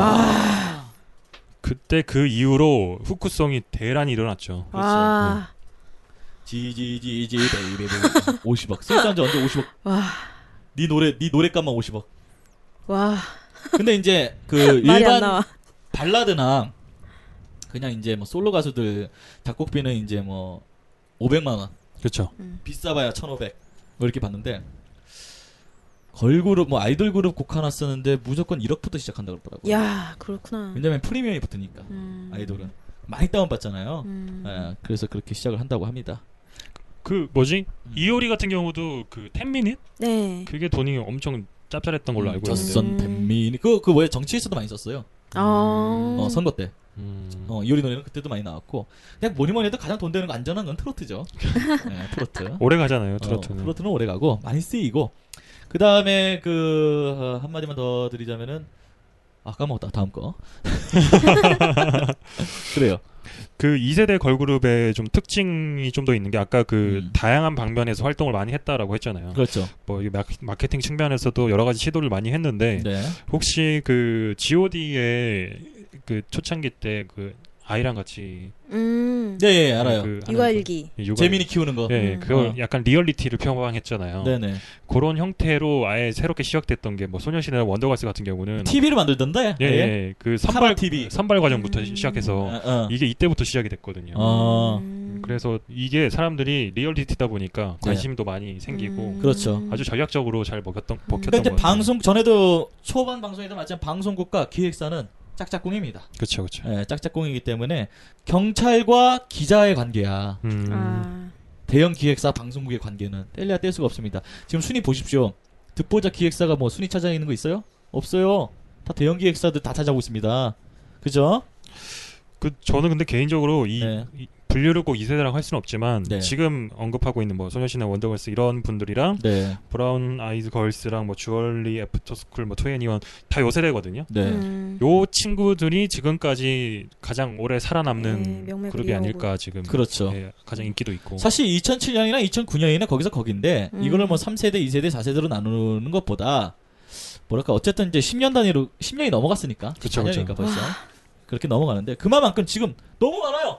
S6: 그때 그 이후로 후크송이 대란이 일어났죠.
S4: 그렇죠.
S5: 와.
S4: 지지지지 베이비 베이비 50억. 세상에 언제 50억?
S5: 와.
S4: 네 노래 네 노래값만 50억.
S5: 와.
S4: 근데 이제 그
S5: 말이 안
S4: 일반
S5: 나와.
S4: 발라드나 그냥 이제 뭐 솔로 가수들 작곡비는 이제 뭐 500만 원
S6: 그렇죠.
S4: 비싸봐야 1,500 뭐 이렇게 봤는데 걸그룹 뭐 아이돌 그룹 곡 하나 쓰는데 무조건 1억부터 시작한다 그러더라고요.
S5: 야, 그렇구나.
S4: 왜냐면 프리미엄이 붙으니까
S5: 음.
S4: 아이돌은 많이 다운 받잖아요.
S5: 음.
S4: 예, 그래서 그렇게 시작을 한다고 합니다.
S6: 그 뭐지?
S4: 음.
S6: 이효리 같은 경우도 그 10미닛
S5: 네.
S6: 그게 돈이 엄청 짭짤했던
S4: 음,
S6: 걸로 알고 있는데.
S4: 젖선 댄민이 그그 뭐야 정치에서도 많이 썼어요.
S5: 아.
S4: 음. 어, 선거 때.
S6: 음.
S4: 어, 이효리 노래는 그때도 많이 나왔고 그냥 뭐니 뭐니 해도 가장 돈 되는 거 안전한 건 트로트죠. 예, 트로트.
S6: 오래 가잖아요 트로트는.
S4: 어, 트로트는 오래 가고 많이 쓰이고 그 다음에 그 어, 한마디만 더 드리자면은 아 까먹었다 다음 거 그래요
S6: 그 2세대 걸그룹의 좀 특징이 좀 더 있는 게 아까 그
S4: 음.
S6: 다양한 방면에서 활동을 많이 했다라고 했잖아요.
S4: 그렇죠
S6: 뭐 이 마케- 마케팅 측면에서도 여러 가지 시도를 많이 했는데
S4: 네
S6: 혹시 그 G.O.D의 그 초창기 때 그 아이랑 같이
S5: 음.
S4: 네, 예, 알아요
S6: 그 하는
S5: 육아일기.
S6: 그 육아-
S4: 재민이 키우는 거
S6: 예, 어.
S5: 음.
S6: 그걸
S4: 어.
S6: 약간 리얼리티를 표방했잖아요.
S4: 네네
S6: 그런 형태로 아예 새롭게 시작됐던 게 뭐 소녀시대나 원더걸스 같은 경우는
S4: TV를 예. 만들던데
S6: 예,
S4: 아예?
S6: 예, 그
S4: 카라
S6: 선발
S4: TV
S6: 선발 과정부터
S5: 음.
S4: 어,
S6: 시작해서
S4: 어.
S6: 이게 이때부터 시작이 됐거든요.
S4: 어.
S5: 음.
S6: 그래서 이게 사람들이 리얼리티다 보니까
S4: 네.
S6: 관심도 많이 생기고
S5: 음.
S4: 그렇죠.
S6: 아주 전략적으로 잘 먹혔던
S4: 그러니까
S6: 먹혔던
S4: 이제
S6: 거
S4: 방송 전에도 초반 방송에도 마찬가지 방송국과 기획사는 짝짝꿍입니다
S6: 그렇죠, 그렇죠.
S4: 예, 짝짝꿍이기 때문에 경찰과 기자의 관계야
S6: 음,
S5: 아.
S4: 대형 기획사 방송국의 관계는 뗄래야 뗄 수가 없습니다. 지금 순위 보십시오. 듣보자 기획사가 뭐 순위 찾아 있는 거 있어요? 없어요. 다 대형 기획사들 다 찾아오고 있습니다. 그죠?
S6: 그 저는 근데 개인적으로 이,
S4: 네.
S6: 이 분류를 꼭 2세대라고 할 수는 없지만
S4: 네.
S6: 지금 언급하고 있는 뭐 소녀시나 원더걸스 이런 분들이랑
S4: 네.
S6: 브라운 아이즈 걸스랑 뭐 주얼리 애프터스쿨 뭐 투애니원 다 요 세대거든요.
S4: 네.
S5: 음.
S6: 요 친구들이 지금까지 가장 오래
S5: 네,
S6: 살아남는
S5: 명맥을
S6: 그룹이
S5: 이어오고.
S6: 아닐까 지금
S4: 그렇죠.
S6: 예, 가장 인기도 있고
S4: 사실 2007년이나 2009년이나 거기서 거긴데
S5: 음.
S4: 이거를 뭐 3세대, 2세대, 4세대로 나누는 것보다 뭐랄까 어쨌든 이제 10년 단위로 10년이 넘어갔으니까
S6: 그쵸,
S4: 4년이니까
S6: 그쵸.
S4: 벌써 그렇게 넘어가는데 그만큼 지금 너무 많아요.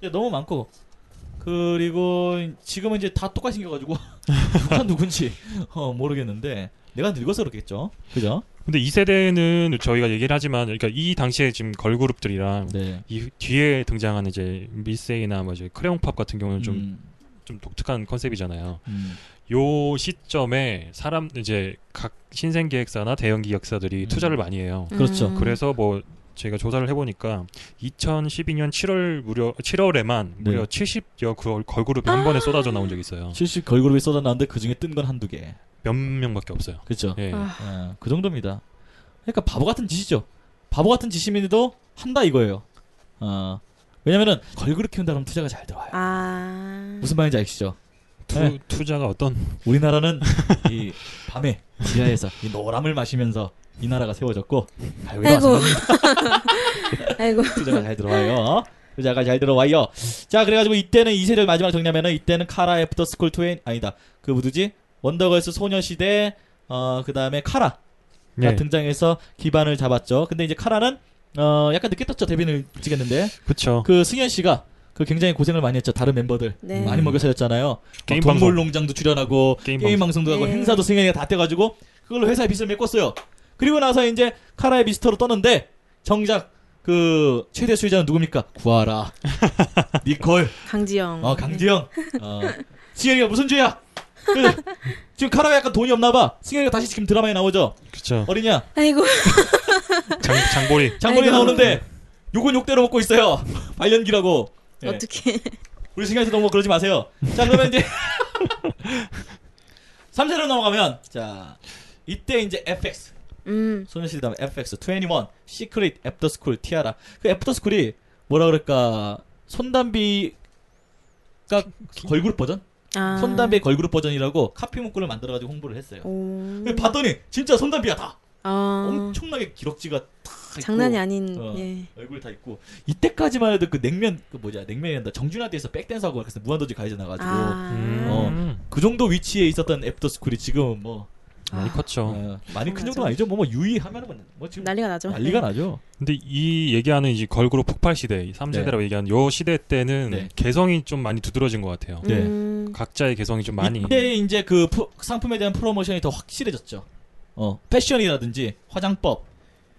S4: 예, 너무 많고 그리고 지금은 이제 다 똑같이 생겨가지고 누가 누군지 어, 모르겠는데 내가 늙어서 그렇겠죠. 그죠?
S6: 근데 이 세대는 저희가 얘기를 하지만 그러니까 이 당시에 지금 걸그룹들이랑
S4: 네.
S6: 이 뒤에 등장하는 이제 미세이나 뭐 이제 크레용팝 같은 경우는 좀 좀
S4: 음,
S6: 독특한 컨셉이잖아요.
S4: 음,
S6: 요 시점에 사람 이제 각 신생 기획사나 대형 기획사들이
S4: 음.
S6: 투자를 많이 해요.
S4: 그렇죠.
S5: 음.
S6: 그래서 뭐 제가 조사를 해보니까 2012년 7월 무려 7월에만
S4: 네.
S6: 무려 70여 걸, 걸그룹이 한 번에 쏟아져 나온 적이 있어요.
S4: 70 걸그룹이 쏟아나는데 그 중에 뜬 건 한두 개.
S6: 몇 명밖에 없어요.
S4: 그죠?
S6: 예.
S5: 아.
S4: 예, 그 정도입니다. 그러니까 바보 같은 짓이죠. 바보 같은 짓이면도 한다 이거예요. 어, 왜냐면은 걸그룹 키운다 그러면 투자가 잘 들어와요.
S5: 아.
S4: 무슨 말인지 아시죠?
S6: 투,
S4: 네.
S6: 투자가 어떤
S4: 우리나라는 이 밤에 지하에서 이 노람을 마시면서 이 나라가 세워졌고 가요에
S5: 아이고.
S4: 와서
S5: 아이고.
S4: 투자가 잘 들어와요. 투자가 잘 들어와요. 자 그래가지고 이때는 2세대를 마지막 정리하면은 이때는 카라 애프터 스쿨 투엔 아니다 그 누구지 원더걸스 소녀시대 어 그다음에 카라
S6: 네.
S4: 가 등장해서 기반을 잡았죠. 근데 이제 카라는 어 약간 늦게 떴죠 데뷔는 찍겠는데
S6: 그렇죠.
S4: 그 승현 씨가 그 굉장히 고생을 많이 했죠 다른 멤버들
S5: 네.
S4: 많이 먹여 살렸잖아요.
S6: 게임
S4: 막
S6: 방송.
S4: 동물농장도 출연하고
S6: 게임
S4: 게임, 방송도 하고
S5: 네.
S4: 행사도 승현이가 다 떼가지고 그걸로 회사에 빚을 메꿨어요. 그리고 나서 이제 카라의 미스터로 떴는데 정작 그 최대 수혜자는 누굽니까? 구하라. 니콜.
S5: 강지영.
S4: 어 강지영. 어. 승현이가 무슨 죄야? 그래서 지금 카라가 약간 돈이 없나봐. 승현이가 다시 지금 드라마에 나오죠.
S6: 그쵸.
S4: 어린이야.
S5: 네. 아이고
S6: 장, 장보리.
S4: 장본이
S5: 아이고.
S4: 나오는데 욕은 욕대로 먹고 있어요. 발연기라고.
S5: 네.
S4: 예.
S5: 어떻게
S4: 우리 승현씨 너무 그러지 마세요. 자 그러면 이제 3세로 넘어가면 자 이때 이제 FX
S5: 음
S4: 소녀시대 다음에 FX 21 시크릿 애프터스쿨 티아라 그 애프터스쿨이 뭐라 그럴까 손담비가 걸그룹 버전?
S5: 아.
S4: 손담비 걸그룹 버전이라고 카피 문구를 만들어가지고 홍보를 했어요.
S5: 오.
S4: 근데 봤더니 진짜 손담비야 다
S5: 아.
S4: 엄청나게 기럭지가 다 있고
S5: 장난이 아닌
S4: 어,
S5: 예.
S4: 얼굴 다 있고 이때까지만 해도 그 냉면 그 뭐냐 냉면이란다 정준하대에서 백댄스하고 그래서 무한도지 가이즈 나가지고
S5: 아.
S6: 음.
S4: 그 정도 위치에 있었던 애프터스쿨이 지금 뭐
S6: 많이 컸죠.
S4: 어, 많이 큰
S5: 맞아.
S4: 정도는 아니죠. 뭐 뭐 유의하면 은뭐 지금
S5: 음, 난리가 나죠. 네.
S4: 난리가 나죠.
S6: 근데 이 얘기하는 이제 걸그룹 폭발 시대, 이 3세대라고 얘기하는 요 시대 때는
S4: 네.
S6: 개성이 좀 많이 두드러진 것 같아요.
S4: 네.
S5: 음.
S6: 각자의 개성이 좀 많이.
S4: 이때 이제 그 프- 상품에 대한 프로모션이 더 확실해졌죠. 어, 패션이라든지 화장법,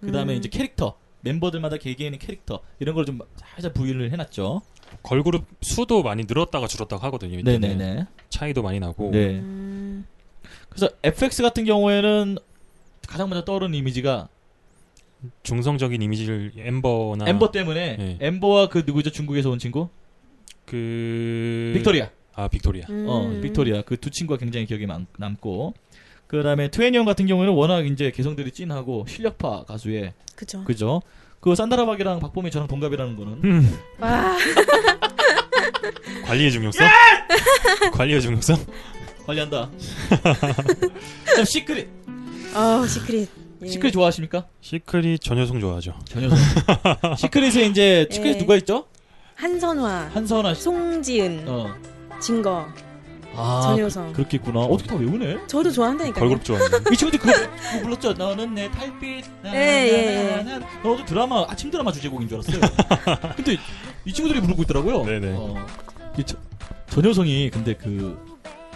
S4: 그 다음에
S5: 음.
S4: 이제 캐릭터, 멤버들마다 개개인의 캐릭터 이런 걸 좀 살짝 부인을 해놨죠.
S6: 걸그룹 수도 많이 늘었다가 줄었다가 하거든요. 이때는.
S4: 네네네.
S6: 차이도 많이 나고.
S4: 네.
S5: 음.
S4: 그래서 FX 같은 경우에는 가장 먼저 떠오르는 이미지가
S6: 중성적인 이미지를 엠버나
S4: 엠버 때문에
S6: 네.
S4: 엠버와 그 누구죠 중국에서 온 친구
S6: 그
S4: 빅토리아.
S6: 아 빅토리아.
S4: 어,
S5: 음.
S4: 빅토리아 그 두 친구가 굉장히 기억에 남, 남고 그다음에 트웬티원 같은 경우는 워낙 이제 개성들이 찐하고 실력파 가수의
S5: 그죠.
S4: 그죠? 그 산다라박이랑 박보미 저랑 동갑이라는 거는
S5: 와.
S6: 관리의 중요성. 관리의 중요성.
S4: 관리한다. 참 시크릿
S5: 어 시크릿. 예.
S4: 시크릿 좋아하십니까?
S6: 시크릿 전효성 좋아하죠.
S4: 전혀 시크릿에 이제 시크릿
S5: 예.
S4: 누가 있죠?
S5: 한선화,
S4: 한선아 씨.
S5: 송지은,
S4: 어.
S5: 진거,
S4: 아
S5: 전효성.
S4: 그렇게 있구나. 어떻게 다 외우네?
S5: 저도 좋아한다니까요.
S6: 걸그룹 좋아하는.
S4: 이 친구들 그거, 그거 불렀죠. 너는 내 달빛. 나,
S5: 예, 예,
S4: 나, 나, 나. 너도 드라마 아침 드라마 주제곡인 줄 알았어요. 근데 이 친구들이 부르고 있더라고요.
S6: 네네.
S4: 어, 이 저, 전 여성이 근데 그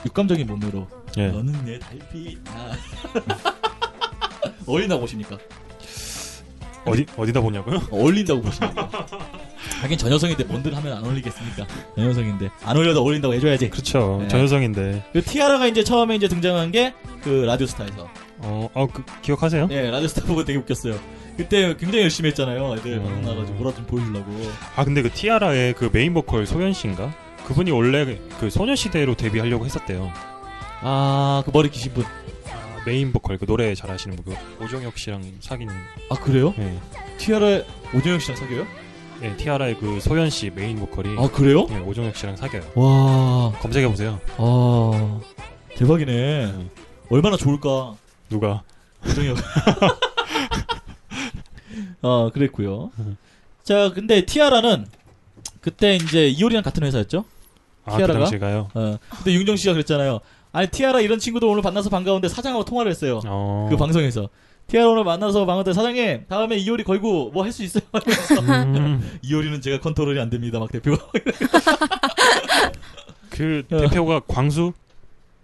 S4: 육감적인 몸으로
S6: 예.
S4: 너는 내 달빛. 나. 어린다고 보십니까?
S6: 어디 어디다 보냐고요?
S4: 어울린다고 보십니까? 하긴 전 여성인데 뭔들 하면 안 어울리겠습니까? 전 여성인데 안 어울려도 어울린다고 해줘야지.
S6: 그렇죠.
S4: 네.
S6: 전효성인데.
S4: 그 티아라가 이제 처음에 이제 등장한 게 그 라디오스타에서.
S6: 어, 어 그, 기억하세요?
S4: 네, 라디오스타 보고 되게 웃겼어요. 그때 굉장히 열심히 했잖아요. 애들
S6: 음.
S4: 방송 나가지고 뭐라 좀 보여주려고.
S6: 아 근데 그 티아라의 그 메인 보컬 소연 씨인가? 그분이 원래 그 소녀시대로 데뷔하려고 했었대요.
S4: 아, 그 머리 기신 분.
S6: 아, 메인 보컬 그 노래 잘하시는 분, 그 오정혁 씨랑 사귀는.
S4: 아, 그래요?
S6: 예.
S4: 티아라 오정혁 씨랑 사귀어요?
S6: 예, 티아라의 그 소연 씨 메인 보컬이
S4: 아, 그래요?
S6: 예, 오정혁 씨랑 사귀어요.
S4: 와,
S6: 검색해 보세요.
S4: 아, 대박이네.
S6: 음.
S4: 얼마나 좋을까.
S6: 누가?
S4: 오정혁. 어, 그랬고요
S6: 음.
S4: 자, 근데 티아라는 그때 이제 이효리랑 같은 회사였죠?
S6: 아, 그
S4: 티아라가?
S6: 당시가요.
S4: 어, 근데 윤정 씨가 그랬잖아요. 아니, 티아라 이런 친구도 오늘 만나서 반가운데 사장하고 통화를 했어요.
S6: 어.
S4: 그 방송에서 티아라 오늘 만나서 방한테 사장님 다음에 이효리 걸고 뭐 할 수 있어요?
S6: 음,
S4: 이효리는 제가 컨트롤이 안 됩니다 막 대표가
S6: 그
S4: 어.
S6: 대표가 광수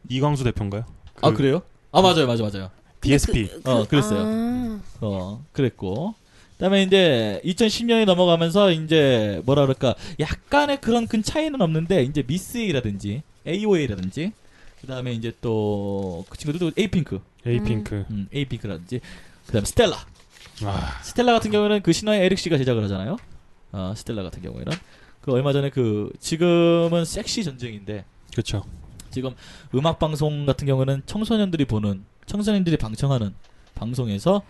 S6: 이광수 대표인가요? 그
S4: 아 그래요? 아 맞아요 맞아요 맞아요
S6: DSP.
S4: 어 그랬어요
S5: 아,
S4: 어 그랬고 그다음에 이제 2010년이 넘어가면서 이제 뭐라 그럴까 약간의 그런 큰 차이는 없는데 이제 미스이라든지 AOA라든지 그다음에 이제 또 그 친구들도 에이핑크
S6: 에이핑크.
S4: 음, 에이핑크라든지 그다음에 스텔라
S6: 아,
S4: 스텔라 같은 경우에는 그 신화의 에릭 씨가 제작을 하잖아요. 아, 스텔라 같은 경우에는 그 얼마 전에 그 지금은 섹시 전쟁인데
S6: 그렇죠.
S4: 지금 음악 방송 같은 경우는 청소년들이 보는 청소년들이 방청하는 방송에서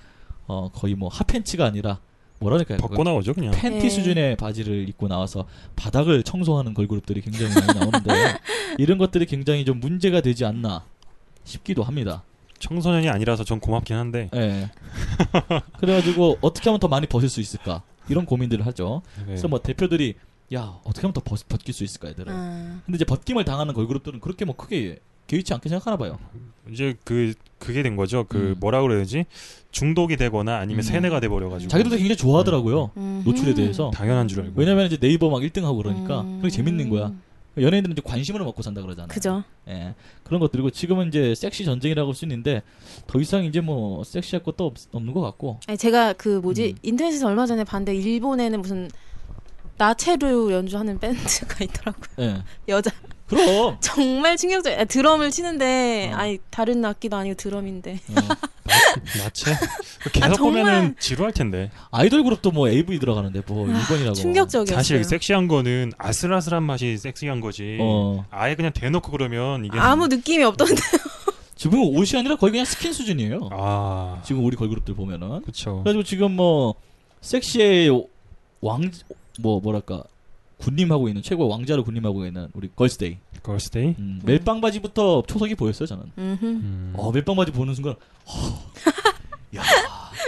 S4: 어, 거의 뭐 핫팬츠가 아니라 뭐라니까요?
S6: 벗고 나오죠 그냥.
S4: 팬티
S5: 네.
S4: 수준의 바지를 입고 나와서 바닥을 청소하는 걸그룹들이 굉장히 많이 나오는데 이런 것들이 굉장히 좀 문제가 되지 않나 싶기도 합니다.
S6: 청소년이 아니라서 전 고맙긴 한데.
S4: 예. 그래가지고 어떻게 하면 더 많이 벗을 수 있을까 이런 고민들을 하죠.
S6: 네.
S4: 그래서 뭐 대표들이 야 어떻게 하면 더 벗, 벗길 수 있을까 애들은.
S5: 아.
S4: 근데 이제 벗김을 당하는 걸그룹들은 그렇게 뭐 크게 개의치 않게 생각하나 봐요.
S6: 이제 그 그게 된 거죠. 그
S4: 음.
S6: 뭐라 그래야 되지? 중독이 되거나 아니면
S4: 음.
S6: 세뇌가 돼 버려 가지고.
S4: 자기들도 굉장히 좋아하더라고요
S5: 음.
S4: 노출에 대해서.
S6: 당연한 줄 알고.
S4: 왜냐면 이제 네이버 막 1등하고 그러니까
S5: 음.
S4: 그렇게 재밌는 거야. 그러니까 연예인들은 이제 관심으로 먹고 산다 그러잖아요.
S5: 그죠?
S4: 예. 그런 것들이고 지금은 이제 섹시 전쟁이라고 할 수 있는데 더 이상 이제 뭐 섹시할 것도 없, 없는 것 같고
S5: 아니 제가 그 뭐지
S4: 음.
S5: 인터넷에서 얼마 전에 봤는데 일본에는 무슨 나체로 연주하는 밴드가 있더라고요.
S4: 예.
S5: 여자
S4: 그럼
S5: 정말 충격적. 아, 드럼을 치는데
S4: 어.
S5: 아니 다른 악기도 아니고 드럼인데.
S4: 예.
S6: 나체? 계속
S5: 아, 정말.
S6: 보면은 지루할 텐데.
S4: 아이돌 그룹도 뭐 AV 들어가는데 뭐 일본이라고
S5: 아, 충격적이었어요.
S6: 사실 섹시한 거는 아슬아슬한 맛이 섹시한 거지.
S4: 어.
S6: 아예 그냥 대놓고 그러면 이게
S5: 아무 느낌이 없던데.
S4: 지금 옷이 아니라 거의 그냥 스킨 수준이에요.
S6: 아
S4: 지금 우리 걸그룹들 보면은
S6: 그렇죠.
S4: 그래가지고 지금 뭐 섹시의 왕 뭐 뭐랄까 군림하고 있는 최고의 왕자로 군림하고 있는 우리 걸스데이
S6: 걸스데이.
S4: 음, 멜빵 바지부터 초석이 보였어요 저는
S5: 음흠.
S6: 음.
S4: 어 멜빵 바지 보는 순간 허, 야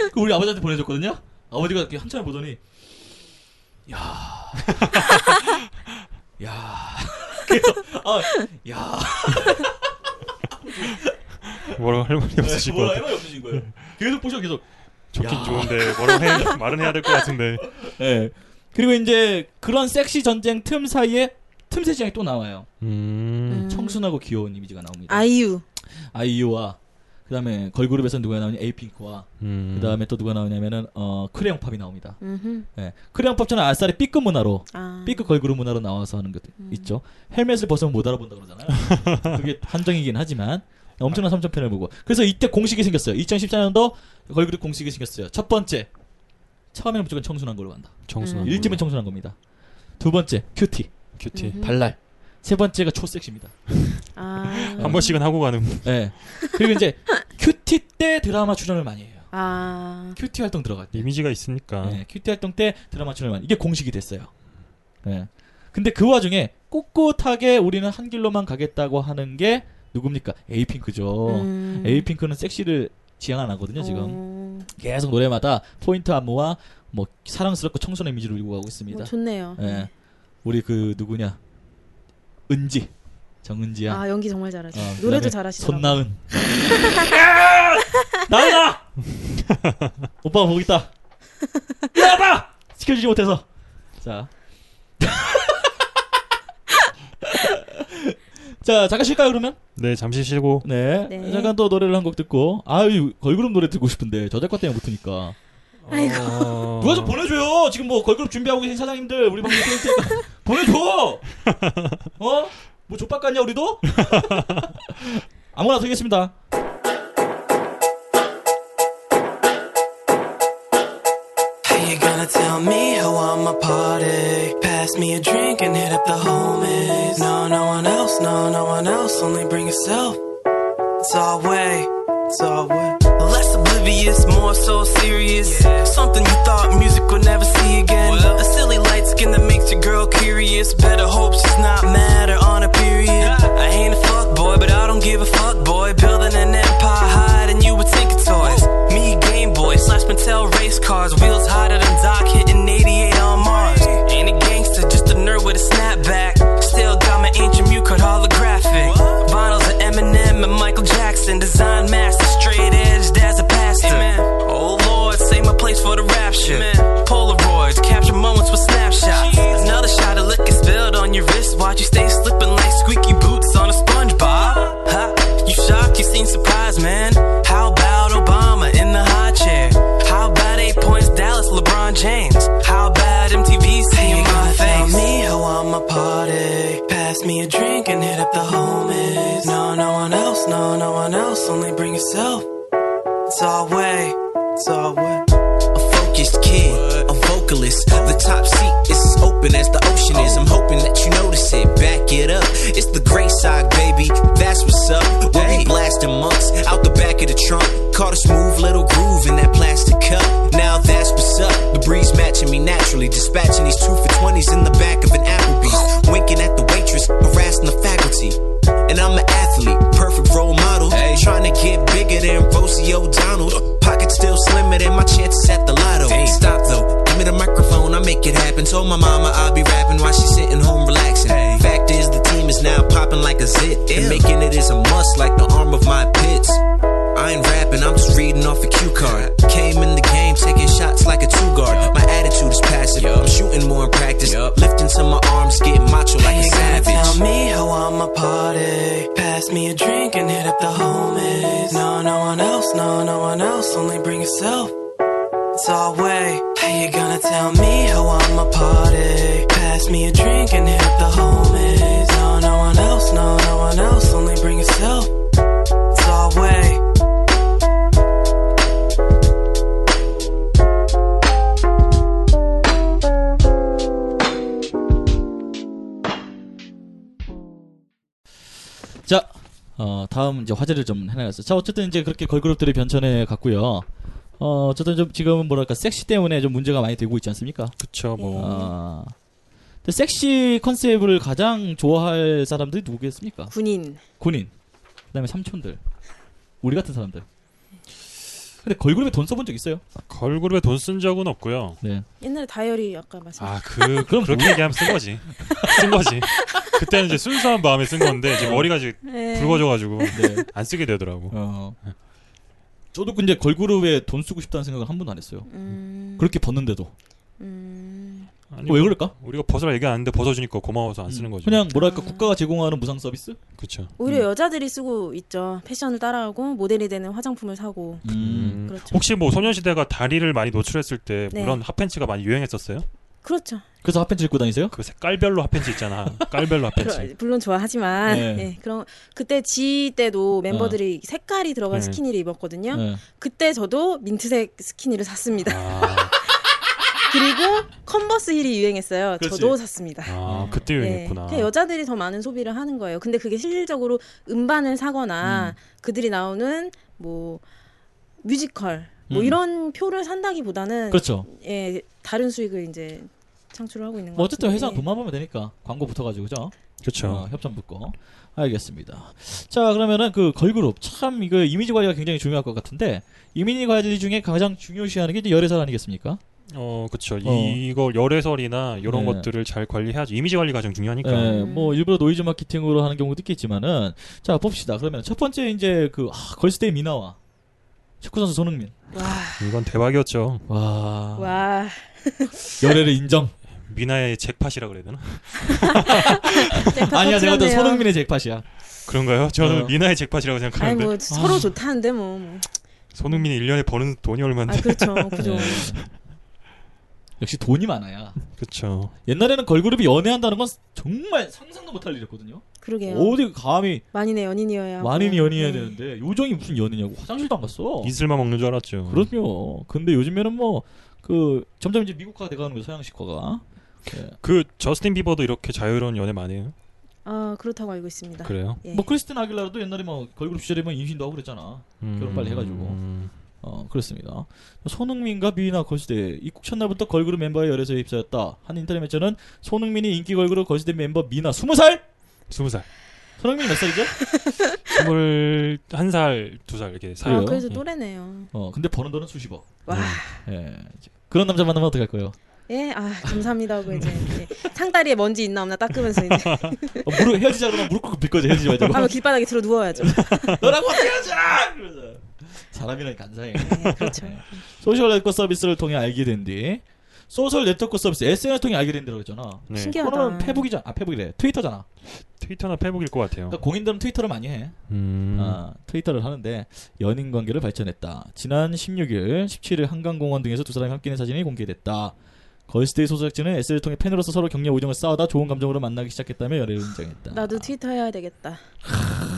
S4: 그거 우리 아버지한테 보내줬거든요 아버지가 이렇게 한참 보더니 야 야 그래서 아야
S6: 음. 뭐라고 할 말이 없으시고
S4: 뭐라 해봐야 없으신 거예요 계속 보셔 계속
S6: 좋긴
S4: 야.
S6: 좋은데 뭐라고 해, 말은 해야 될 것 같은데.
S4: 예 그리고 이제 그런 섹시 전쟁 틈 사이에 틈새 시장이 또 나와요
S6: 음.
S5: 음.
S4: 청순하고 귀여운 이미지가 나옵니다.
S5: 아이유.
S4: 아이유와 그다음에 걸그룹에서 누가 나오냐 에이핑크와
S6: 음.
S4: 그다음에 또 누가 나오냐면은 어 크레용팝이 나옵니다.
S5: 음흠.
S4: 예. 크레용팝 저는 아싸리 B급 문화로
S5: 아.
S4: B급 걸그룹 문화로 나와서 하는
S5: 음.
S4: 것들 있죠. 헬멧을 벗으면 못 알아본다 그러잖아요. 그게 한정이긴 하지만 엄청난 삼 3점 편을 보고 그래서 이때 공식이 생겼어요. 2014년도 걸그룹 공식이 생겼어요. 첫 번째 처음에는 무조건 청순한 걸로 간다.
S5: 음.
S6: 청순한
S4: 일집은 청순한 겁니다. 두 번째 큐티
S6: 아, 큐티.
S5: 음.
S4: 발랄. 세 번째가 초섹시입니다.
S5: 아.
S4: 어.
S6: 한 번씩은 하고 가는.
S4: 예. 그리고 이제 큐티 때 드라마 출연을 많이 해요.
S5: 아.
S4: 큐티 활동 들어갈 때.
S6: 이미지가 있으니까.
S4: 예, 큐티 활동 때 드라마 출연 많이. 이게 공식이 됐어요. 예. 근데 그 와중에 꿋꿋하게 우리는 한 길로만 가겠다고 하는 게 누굽니까? 어. 에이핑크죠.
S5: 음.
S4: 에이핑크는 섹시를 지향 안 하거든요, 지금.
S5: 어,
S4: 계속 노래마다 포인트 안무와 뭐 사랑스럽고 청순한 이미지를 밀고 가고
S5: 뭐
S4: 있습니다.
S5: 좋네요.
S4: 예. 우리 그 누구냐? 은지. 정은지야.
S5: 아 연기 정말 잘하죠.
S4: 어,
S5: 노래도
S4: 그다음에
S5: 잘하시더라고.
S4: 손나은. 야! 나은아! 오빠가 보고 있다. 야, 봐! 지켜주지 못해서. 자. 자, 잠깐 쉴까요, 그러면?
S6: 네 잠시 쉬고.
S4: 네.
S5: 네.
S4: 잠깐 또 노래를 한 곡 듣고. 아유, 걸그룹 노래 듣고 싶은데 저작권 때문에 못 듣니까.
S5: 아이고.
S6: 어.
S4: 누가 좀 보내줘요! 지금 뭐 걸그룹 준비하고 계신 사장님들, 우리 방송 들을 테니까. 보내줘! 어? 뭐 족박 같냐, 우리도? 아무거나 듣겠습니다.
S10: How you gonna tell me how I'm a party? Pass me a drink and hit up the homies. No, no one else, no, no one else. Only bring yourself. It's our way, it's our way. Less oblivious, more so serious. Something you thought music would never see again. A silly light skin that makes your girl curious. Better hope she's not mad or on a period. I ain't a fuck boy, but I don't give a fuck boy. Building an empire higher than you would think of toys. Me, Game Boy, slash Mattel race cars. Wheels hotter than Doc hitting 88 on Mars. Ain't a gangster, just a nerd with a snapback. Still got my ancient mute card holographic. Vinyls of Eminem and Michael Jackson. Design master, straight edged as a pastor. Oh Lord, save my place for the rapture.
S5: 네.
S10: Polaroids, capture moments with snapshots. Another shot of liquor spilled on your wrist. Watch you stay slipping like squeaky boots on a SpongeBob. Huh? You shocked, you seem surprised, man. How about Obama in the high chair? How about eight points, Dallas, LeBron James? How about MTV seeing my face? me how I'm a party. Pass me a drink and hit up the homies. No, no one else, no, no one else. Only bring yourself. It's our way. It's our way. A focused kid, a vocalist. The top seat is as open as the ocean is. I'm hoping that you notice it. Back it up. It's the gray side, baby. That's what's up. We'll be blasting monks out the back of the trunk. Caught a smooth little groove in that plastic cup. Now that's what's up. The breeze matching me naturally. Dispatching these two for 20s in the back of an Applebee's. Winking at the waitress, harassing the faculty. And I'm an athlete, perfect role model. Hey. Trying to get bigger than Rosie O'Donnell. Pocket still slimmer than my chances at the lotto. Stop though, give me the microphone, I make it happen. Told my mama I'll be rapping while she's sitting home relaxing. Fact is, the team is now popping like a zit. And making it is a must, like the arm of my pits. I ain't rapping, I'm just reading off a cue card. Came in the game, taking shots like a two guard. My attitude is passive, I'm shooting more in practice. Lifting to my arms, getting macho like a savage. me a drink and hit up the homies. No, no one else, no, no one else, only bring yourself. It's our way. How you gonna tell me how I'm a party? Pass me a drink and hit up the homies. No, no one else, no, no one else, only bring yourself. It's our way.
S4: 자, 어, 다음 이제 화제를 좀 해나갔어요. 자, 어쨌든 이제 그렇게 걸그룹들이 변천해 갔고요. 어, 어쨌든 좀 지금은 뭐랄까 섹시 때문에 좀 문제가 많이 되고 있지 않습니까?
S6: 그쵸, 뭐.
S4: 아, 근데 섹시 컨셉을 가장 좋아할 사람들이 누구겠습니까?
S5: 군인.
S4: 군인. 그다음에 삼촌들. 우리 같은 사람들. 근데 걸그룹에 돈 써본 적 있어요?
S6: 걸그룹에 돈 쓴 적은 없고요.
S4: 네.
S5: 옛날에 다이어리 아까 말씀.
S6: 아, 그
S4: 그럼
S6: 그렇게
S4: 뭐야?
S6: 얘기하면 쓴 거지. 쓴 거지. 그때는 이제 순수한 마음에 쓴 건데 이제 머리가 지금
S5: 네.
S6: 붉어져가지고
S4: 네.
S6: 안 쓰게 되더라고.
S4: 어. 저도 근데 걸그룹에 돈 쓰고 싶다는 생각을 한 번도 안 했어요.
S5: 음.
S4: 그렇게 벗는데도.
S5: 음.
S6: 아니,
S4: 왜 그럴까? 음.
S6: 우리가 벗으라 얘기 안 했는데 벗어주니까 고마워서 안 쓰는 거죠.
S4: 그냥 뭐랄까 국가가 제공하는 무상 서비스?
S6: 그쵸.
S5: 오히려 여자들이 쓰고 있죠. 패션을 따라하고 모델이 되는 화장품을 사고.
S4: 음.
S5: 그렇죠.
S6: 혹시 뭐 소녀시대가 다리를 많이 노출했을 때
S5: 네.
S6: 그런 핫팬츠가 많이 유행했었어요?
S5: 그렇죠.
S4: 그래서 핫팬츠 입고 다니세요?
S6: 그 색깔별로 핫팬츠 있잖아. 깔별로 핫팬츠.
S5: 그러- 물론 좋아하지만
S4: 네.
S5: 예, 그런 그때 지 때도 멤버들이 색깔이 들어간
S6: 네.
S5: 스키니를 입었거든요.
S4: 네.
S5: 그때 저도 민트색 스키니를 샀습니다.
S6: 아,
S5: 그리고 컨버스 힐이 유행했어요.
S4: 그렇지.
S5: 저도 샀습니다.
S6: 아, 그때
S5: 예,
S6: 유행했구나.
S5: 그냥 여자들이 더 많은 소비를 하는 거예요. 근데 그게 실질적으로 음반을 사거나 그들이 나오는 뭐 뮤지컬 뭐
S4: 음.
S5: 이런 표를 산다기보다는
S4: 그렇죠.
S5: 예 다른 수익을 이제 창출을 하고 있는 거예요.
S4: 뭐 어쨌든 회사는 돈만 벌면 되니까 광고 붙어가지고 그죠?
S6: 그쵸.
S4: 어, 협찬 붙고 알겠습니다. 자 그러면은 그 걸그룹 참 이거 이미지 관리가 굉장히 중요할 것 같은데 이미지 관리 중에 가장 중요시하는 게 이제 열애설 아니겠습니까?
S6: 어, 그쵸.
S4: 어.
S6: 이걸 열애설이나 이런
S4: 네.
S6: 것들을 잘 관리해야죠. 이미지 관리가 가장 중요하니까.
S4: 예,
S5: 음.
S4: 뭐 일부러 노이즈 마케팅으로 하는 경우도 있겠지만은 자 봅시다. 그러면 첫 번째 이제 그 아, 걸스데이 미나와 축구 선수 손흥민
S6: 이건 대박이었죠.
S4: 와,
S5: 와
S4: 열애를 인정.
S6: 미나의 잭팟이라 그래야 되나?
S5: 잭팟
S4: 아니야 내가 또
S5: 터트렸네요.
S4: 손흥민의 잭팟이야.
S6: 그런가요? 저는
S4: 어.
S6: 미나의 잭팟이라고
S5: 아니
S6: 생각하는데
S5: 뭐 서로 좋다는데 뭐. 뭐.
S6: 손흥민이 1년에 버는 돈이 얼마인데
S5: 아 그렇죠. 그죠.
S4: 예. 역시 돈이 많아야.
S6: 그쵸
S4: 옛날에는 걸그룹이 연애한다는 건 정말 상상도 못할 일이었거든요.
S5: 그러게요.
S4: 어디 감히
S5: 만인의 예. 연인이어야. 하고.
S4: 만인이 연인해야
S5: 예.
S4: 되는데 요정이 무슨 연인이냐고 화장실도 안 갔어. 음.
S6: 이슬만 먹는 줄 알았죠
S4: 그럼요. 근데 요즘에는 뭐 그 점점 이제 미국화가 돼가는 거죠 서양식화가.
S6: 그 저스틴 비버도 이렇게 자유로운 연애 많이 해요?
S5: 아 그렇다고 알고 있습니다.
S6: 그래요?
S5: 예.
S4: 뭐 크리스틴 아길라도 옛날에 뭐 걸그룹 시절에 뭐 임신도 하고 그랬잖아. 결혼 빨리 해가지고.
S6: 음.
S4: 어 그렇습니다. 손흥민과 미나 걸스데 입국 첫날부터 걸그룹 멤버의 열애서에 입사했다. 한 인터넷 매체는 손흥민이 인기 걸그룹 걸스데 멤버 미나 20살?
S6: 20살
S4: 손흥민 몇 살이죠?
S6: 21살 2살 이렇게
S5: 아
S6: 사요
S4: 그래요?
S5: 그래서
S6: 예.
S5: 또래네요.
S4: 어 근데 버는 돈은 수십억.
S5: 와.
S4: 예. 이제 그런 남자 만나면 어떡할 거예요? 네.
S5: 예, 아 감사합니다 하고 이제 예. 상다리에 먼지 있나 없나 닦으면서 이제
S4: 어, 무릎 헤어지자 그러면 무릎 꿇고 빌거지 헤어지지 말자고.
S5: 아마 길바닥에 들어 누워야죠.
S4: 너라고 어떻게 하자! 이러면서. 사람이란 간사해.
S5: 예, 그렇죠.
S4: 소셜 네트워크 서비스를 통해 알게 된 뒤, 소셜 네트워크 서비스, SNS 를 통해 알게 된 뒤라고 했잖아.
S6: 네.
S5: 신기하다.
S4: 그러면 페북이잖아. 아, 페북이래. 트위터잖아.
S6: 트위터나 페북일 것 같아요
S4: 그러니까 공인들은 트위터를 많이 해.
S6: 음.
S4: 아, 트위터를 하는데, 연인 관계를 발전했다. 지난 16일, 17일 한강공원 등에서 두 사람이 함께한 사진이 공개됐다. 걸스데이 소속작진은 SNS를 통해 팬으로서 서로 격려 우정을 쌓아다 좋은 감정으로 만나기 시작했다며 열애를 인정했다.
S5: 나도 트위터 해야 되겠다.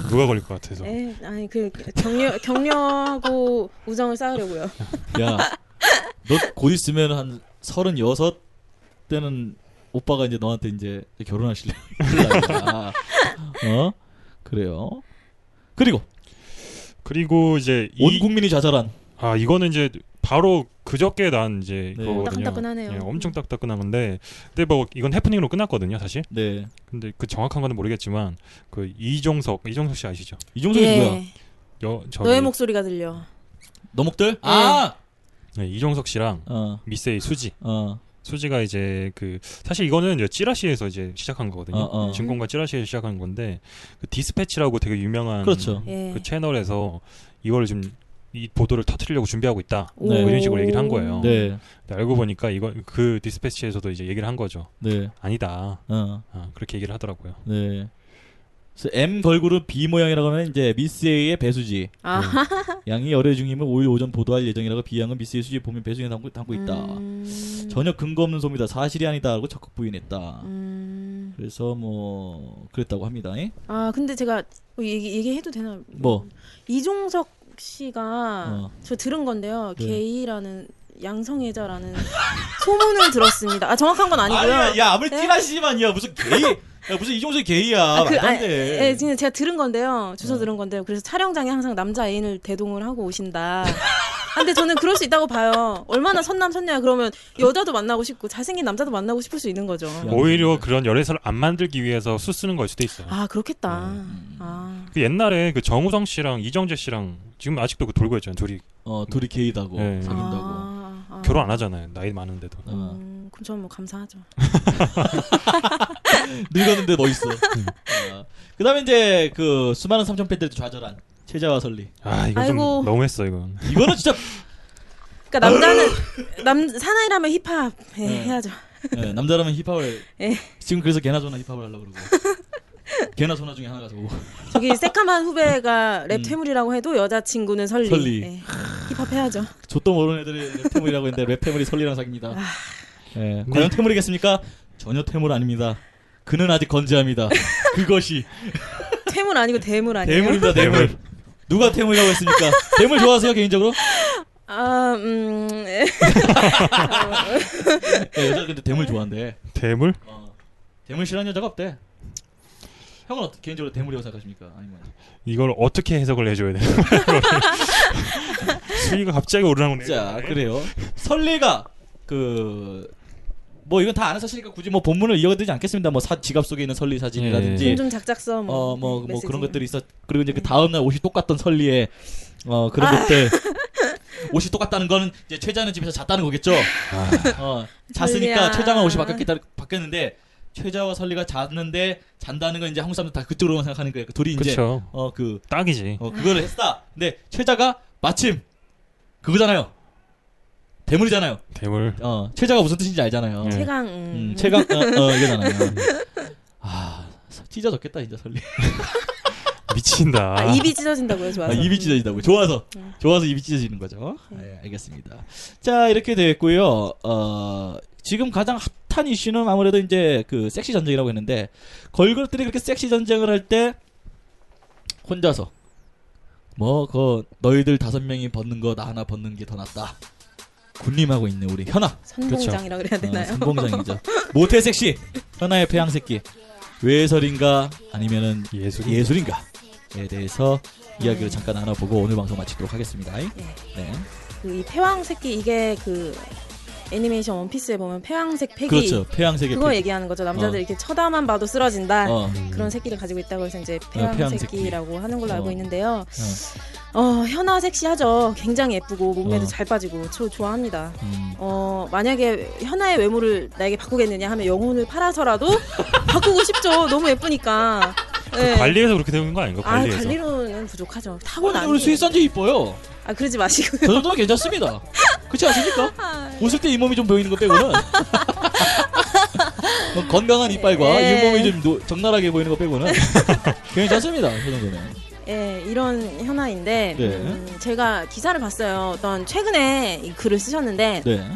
S6: 누가 걸릴 것 같아서
S4: 네.
S5: 예, 아니 그 격려 격려하고 우정을 쌓으려고요.
S4: 야, 너 곧 있으면 한 서른여섯 때는 오빠가 이제 너한테 이제 결혼하실래? 이럴 나이야. 어? 그래요. 그리고
S6: 그리고 이제
S4: 온
S6: 이,
S4: 국민이 자살한
S6: 아 이거는 이제 바로 그저께 난 이제
S4: 네.
S6: 그거거든요
S5: 따끈따끈하네요.
S6: 예, 엄청 따끈따끈한 건데 근데 뭐 이건 해프닝으로 끝났거든요 사실
S4: 네
S6: 근데 그 정확한 건 모르겠지만 그 이종석 이종석 씨 아시죠?
S4: 이종석이
S5: 예.
S4: 누구야?
S6: 여 저기
S4: 네, 뭐
S5: 너의 목소리가 들려.
S4: 너목들? 아,
S6: 네, 이종석 씨랑
S4: 어,
S6: 미세이 수지
S4: 어,
S6: 수지가 이제 그 사실 이거는 이제 찌라시에서 이제 시작한 거거든요.
S4: 어, 어.
S6: 증권가 찌라시에서 시작한 건데 그 디스패치라고 되게 유명한
S4: 그렇죠.
S5: 예.
S6: 그 채널에서 이걸 좀 이 보도를 터트리려고 준비하고 있다.
S5: 오.
S4: 네.
S6: 뭐 이런 식으로 얘기를 한 거예요.
S4: 네,
S6: 근데 알고 보니까 이거 그 디스패치에서도 이제 얘기를 한 거죠.
S4: 네,
S6: 아니다.
S4: 어,
S6: 아, 그렇게 얘기를 하더라고요.
S4: 네. 그래서 M 걸그룹 B 모양이라고 하면 이제 미스 A의 배수지.
S5: 아.
S4: 양이 열애 중임을 5일 오전 보도할 예정이라고 B 양은 미스 A 수지 보면 배수진에 담고, 담고 그 있다.
S5: 음.
S4: 전혀 근거 없는 소문이다. 사실이 아니다라고 적극 부인했다. 그래서 뭐 그랬다고 합니다. 예?
S5: 음. 아 근데 제가 뭐 얘기 얘기해도 되나?
S4: 뭐
S5: 이종석 씨가
S4: 어.
S5: 저 들은 건데요.
S4: 네.
S5: 게이라는 양성애자라는 소문을 들었습니다. 아 정확한 건 아니고요.
S4: 아니야, 야 아무리
S5: 네?
S4: 띠라시지만야 무슨 게이, 야 무슨 이종석이 게이야.
S5: 아, 그,
S4: 말도 안
S5: 아니,
S4: 돼.
S5: 예, 그냥 제가 들은 건데요.
S4: 네.
S5: 주소 들은 건데요. 그래서 촬영장에 항상 남자 애인을 대동을 하고 오신다. 아, 근데 저는 그럴 수 있다고 봐요. 얼마나 선남 선녀야 그러면 여자도 만나고 싶고 잘생긴 남자도 만나고 싶을 수 있는
S4: 아,
S5: 거죠.
S6: 오히려 그런 열애설을 안 만들기 위해서 수 쓰는 걸 수도 있어요.
S5: 아 그렇겠다.
S4: 네.
S5: 아,
S6: 그 옛날에 그 정우성 씨랑 이정재 씨랑 지금 아직도 그 돌고 있잖아요. 둘이
S4: 어 둘이 게이다고
S6: 네.
S4: 사귄다고.
S5: 아, 아.
S6: 결혼 안 하잖아요. 나이 많은데도.
S5: 음, 그럼 저는 뭐 감사하죠.
S4: 늙었는데 뭐 멋있어. 어. 그다음에 이제 그 수많은 삼촌 팬들도 좌절한 최자와 설리.
S6: 아 이거
S5: 아이고.
S6: 좀 너무했어 이건.
S4: 이거는 진짜
S5: 그러니까 남자는 남 사나이라면 힙합 예,
S4: 네.
S5: 해야죠.
S4: 예, 남자라면 힙합을
S5: 예.
S4: 지금 그래서 개나 소나 힙합을 하려고 그러고 개나 소나 중에 하나 가서
S5: 저기 새카만 후배가 랩 퇴물이라고 해도 여자 친구는 설리.
S4: 음. 설리.
S5: 예, 힙합 해야죠.
S4: 좆도 모르는 애들이 랩 태물이라고 했는데 랩 태물이 설리랑 사깁니다.
S5: 아.
S4: 예, 과연 태물이겠습니까? 전혀 태물 아닙니다. 그는 아직 건재합니다. 그것이
S5: 퇴물 아니고 대물 아니에요?
S4: 대물입니다. 대물. 누가 태물이라고 했습니까? 대물 좋아하세요 개인적으로?
S5: 아, 음. 예.
S4: 예, 여자 근데 대물 좋아한대.
S6: 대물?
S4: 대물 싫어하는 여자가 없대. 형은 어떻게 개인적으로 대물이라고 생각하십니까? 아니면
S6: 이걸 어떻게 해석을 해줘야 되나? 수위가 갑자기 오르나오네.
S4: 자 그래요. 설리가 그. 뭐 이건 다 아는 사실이니까 굳이 뭐 본문을 이어가지 않겠습니다. 뭐 사, 지갑 속에 있는 설리 사진이라든지
S5: 좀 작작서 뭐.
S4: 예. 어 뭐 뭐
S5: 메시지.
S4: 그런 것들이 있어 그리고 이제 그 다음 날 옷이 똑같던 설리에 어 그런
S5: 아.
S4: 것들 옷이 똑같다는 거는 이제 최자는 집에서 잤다는 거겠죠
S6: 아.
S4: 어 잤으니까
S5: 설리야.
S4: 최자만 옷이 바뀌었겠다 바뀌었는데 최자와 설리가 잤는데 잔다는 건 이제 한국 사람들 다 그쪽으로만 생각하는 거예요 그 둘이 이제
S6: 그쵸.
S4: 어그
S6: 딱이지.
S4: 어, 그거를 했다 근데 최자가 마침 그거잖아요 대물이잖아요
S6: 대물.
S4: 어 최자가 무슨 뜻인지 알잖아요
S6: 네.
S5: 최강.
S4: 음,
S5: 음.
S4: 최강 어, 어 이거잖아요 아 찢어졌겠다 진짜 설리
S6: 미친다.
S5: 아, 입이 찢어진다고요, 좋아서. 음, 네.
S4: 아, 입이 찢어진다고요. 좋아서 좋아서 입이 찢어지는 거죠. 예, 알겠습니다. 자 이렇게 됐고요. 어, 지금 가장 핫한 이슈는 아무래도 이제 그 섹시 전쟁이라고 했는데 걸그룹들이 그렇게 섹시 전쟁을 할 때 혼자서 뭐 그 너희들 다섯 명이 벗는 거 나 하나 벗는 게 더 낫다. 군림하고 있네 우리 현아.
S5: 선봉장이라고 그래야 되나요?
S4: 어, 선봉장이죠. 모태 섹시 현아의 폐양 새끼 외설인가 아니면은 예술인가? 에 대해서 이야기를 잠깐 나눠보고 오늘 방송 마치도록 하겠습니다. 네.
S5: 그이 패왕 새끼 이게 그 애니메이션 원피스에 보면 패왕색 패기
S4: 그렇죠. 폐양 세계
S5: 그거
S4: 폐기.
S5: 얘기하는 거죠. 남자들
S4: 어.
S5: 이렇게 쳐다만 봐도 쓰러진다.
S4: 어.
S5: 그런 새끼를 가지고 있다고 해서 이제
S4: 폐왕 새끼.
S5: 폐왕새끼라고 하는 걸로 알고
S4: 어.
S5: 있는데요. 어, 현아 섹시하죠. 굉장히 예쁘고 몸매도
S4: 어.
S5: 잘 빠지고 저 좋아합니다.
S4: 음.
S5: 어, 만약에 현아의 외모를 나에게 바꾸겠느냐 하면 영혼을 팔아서라도 바꾸고 싶죠. 너무 예쁘니까. 네.
S6: 관리해서 그렇게 되는 거 아닌가?
S5: 아,
S6: 관리해서.
S5: 관리로는 부족하죠.
S4: 아니,
S5: 타고난.
S4: 우리 수익산지 이뻐요.
S5: 아, 그러지
S4: 저
S5: 마시고요.
S4: 정도면 괜찮습니다. 그렇지 않습니까? 웃을 때 잇몸이 좀 보이는 것 빼고는 어, 건강한 이빨과
S5: 예.
S4: 잇몸이 좀 노- 적나라하게 보이는 것 빼고는 괜찮습니다. 저 정도면.
S5: 예, 이런 현아인데,
S4: 네.
S5: 음, 제가 기사를 봤어요. 어떤 최근에 이 글을 쓰셨는데,
S4: 네.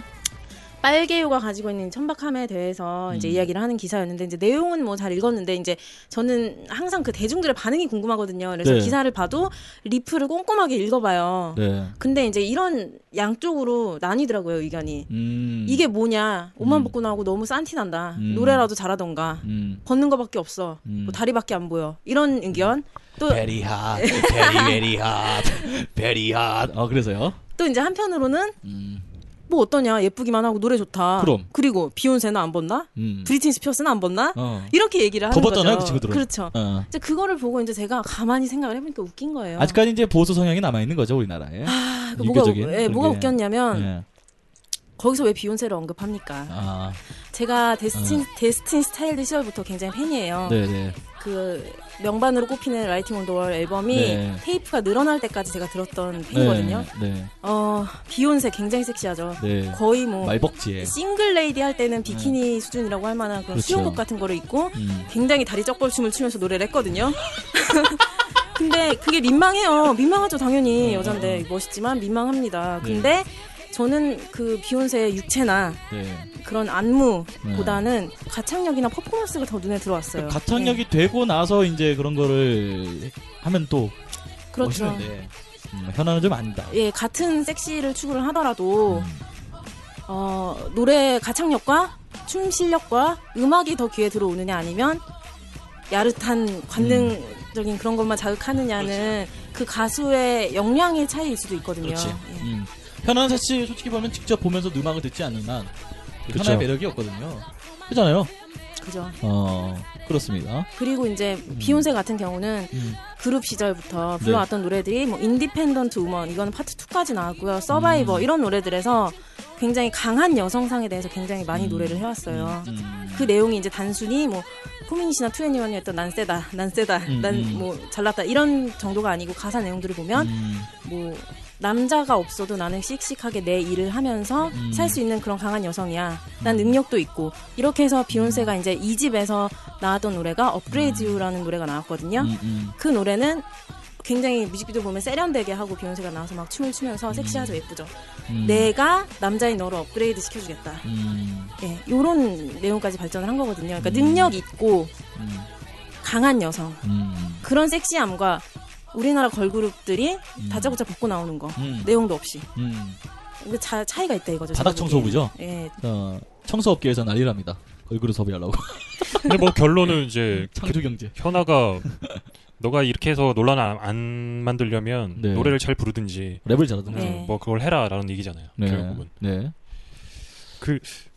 S5: 빨개요가 가지고 있는 천박함에 대해서 이제
S4: 음.
S5: 이야기를 하는 기사였는데 이제 내용은 뭐 잘 읽었는데 이제 저는 항상 그 대중들의 반응이 궁금하거든요. 그래서
S4: 네.
S5: 기사를 봐도 리플을 꼼꼼하게 읽어봐요.
S4: 네.
S5: 근데 이제 이런 양쪽으로 나뉘더라고요 의견이.
S4: 음.
S5: 이게 뭐냐 옷만
S4: 음.
S5: 벗고 나오고 너무 싼티 난다
S4: 음.
S5: 노래라도 잘하던가
S4: 음.
S5: 벗는 거밖에 없어
S4: 음. 네.
S5: 뭐 다리밖에 안 보여 이런 의견 또 또
S4: Very hot, very very hot, very hot. 어 그래서요.
S5: 이제 한편으로는
S4: 음.
S5: 뭐 어떠냐 예쁘기만 하고 노래 좋다
S4: 그럼.
S5: 리고 비욘세는 안 벗나
S4: 음.
S5: 브리트니 스피어스는 안 벗나
S4: 어.
S5: 이렇게 얘기를 하는
S4: 더
S5: 거죠.
S4: 벗잖아요, 그 친구들은.
S5: 그렇죠.
S4: 어.
S5: 이제 그거를 보고 이제 제가 가만히 생각을 해보니까 웃긴 거예요.
S4: 아직까지 이제 보수 성향이 남아 있는 거죠 우리나라에.
S5: 아, 그 뭐가,
S4: 유교적인
S5: 웃- 예,
S4: 그런 네.
S5: 뭐가
S4: 게.
S5: 웃겼냐면
S4: 예.
S5: 거기서 왜 비욘세를 언급합니까?
S4: 아,
S5: 제가 데스틴 데스틴 스타일드 시절부터 굉장히 팬이에요.
S4: 네네.
S5: 그 명반으로 꼽히는 라이팅 온 더월 앨범이
S4: 네.
S5: 테이프가 늘어날 때까지 제가 들었던 팬이거든요.
S4: 네.
S5: 어 비욘세 굉장히 섹시하죠.
S4: 네.
S5: 거의 뭐
S4: 말벅지에. 네.
S5: 싱글 레이디 할 때는 비키니 수준이라고 할 만한 그런
S4: 그렇죠.
S5: 수영복 같은 거를 입고
S4: 음.
S5: 굉장히 다리 쩍벌 춤을 추면서 노래를 했거든요. 근데 그게 민망해요. 민망하죠 당연히 여잔데 멋있지만 민망합니다. 근데 저는 그 비욘세의 육체나
S4: 네.
S5: 그런 안무보다는 가창력이나 퍼포먼스가 더 눈에 들어왔어요.
S4: 그
S5: 네,
S4: 가창력이 되고 나서 이제 그런 거를 하면 또
S5: 네, 그렇죠.
S4: 멋있는데 음, 현아는 좀 아니다. 음,
S5: 예, 같은 섹시를 추구를 하더라도 어, 노래 가창력과 춤 실력과 음악이 더 귀에 들어오느냐 아니면 야릇한 관능적인 그런 것만 자극하느냐는 그 가수의 역량의 차이일 수도 있거든요.
S4: 그렇죠. 그렇지.
S5: 예.
S4: 음. 현아는 사실 솔직히 보면 직접 보면서 음악을 듣지 않으면 그
S6: 그쵸.
S4: 현아의 매력이 없거든요. 그잖아요.
S5: 그죠.
S4: 어 그렇습니다.
S5: 그리고 이제 비욘세 같은 경우는
S4: 음. 네.
S5: 그룹 시절부터 불러왔던 노래들이 뭐 인디펜던트 우먼 이거는 파트 2까지 나왔고요. 서바이버
S4: 음.
S5: 이런 노래들에서 굉장히 강한 여성상에 대해서 굉장히 많이 노래를 해왔어요.
S4: 음.
S5: 그 내용이 이제 단순히 뭐 포미닛이나 투애니원이 했던 난 세다, 난 세다,
S4: 음,
S5: 난
S4: 음.
S5: 뭐 잘났다 이런 정도가 아니고 가사 내용들을 보면
S4: 음.
S5: 뭐 남자가 없어도 나는 씩씩하게 내 일을 하면서
S4: 음.
S5: 살 수 있는 그런 강한 여성이야. 난 능력도 있고 이렇게 해서 비욘세가
S4: 음.
S5: 이제 이 집에서 나왔던 노래가 업그레이드라는 노래가 나왔거든요.
S4: 음, 음.
S5: 그 노래는 굉장히 뮤직비디오 보면 세련되게 하고 비욘세가 나와서 막 춤을 추면서 섹시하죠 예쁘죠.
S4: 음.
S5: 내가 남자인 너를 업그레이드 시켜주겠다.
S4: 음.
S5: 예, 요런 내용까지 발전을 한 거거든요. 그러니까 능력 있고
S4: 음.
S5: 강한 여성
S4: 음.
S5: 그런 섹시함과 우리나라 걸그룹들이
S6: 음.
S5: 다짜고짜 벗고 나오는 거
S4: 음.
S5: 내용도 없이
S4: 음.
S5: 이게 차, 차이가 있다 이거죠.
S4: 바닥
S5: 제가
S4: 청소부죠?
S5: 보기엔. 예,
S4: 어, 청소업계에서 난리랍니다. 얼굴을 섭외하려고.
S6: 근데 뭐 결론은
S4: 네.
S6: 이제
S4: 창조경제.
S6: 현아가 너가 이렇게 해서 논란 안, 안 만들려면
S4: 네.
S6: 노래를 잘 부르든지
S4: 랩을 잘하던데.
S5: 네.
S6: 뭐 그걸 해라라는 얘기잖아요. 결국은
S4: 네.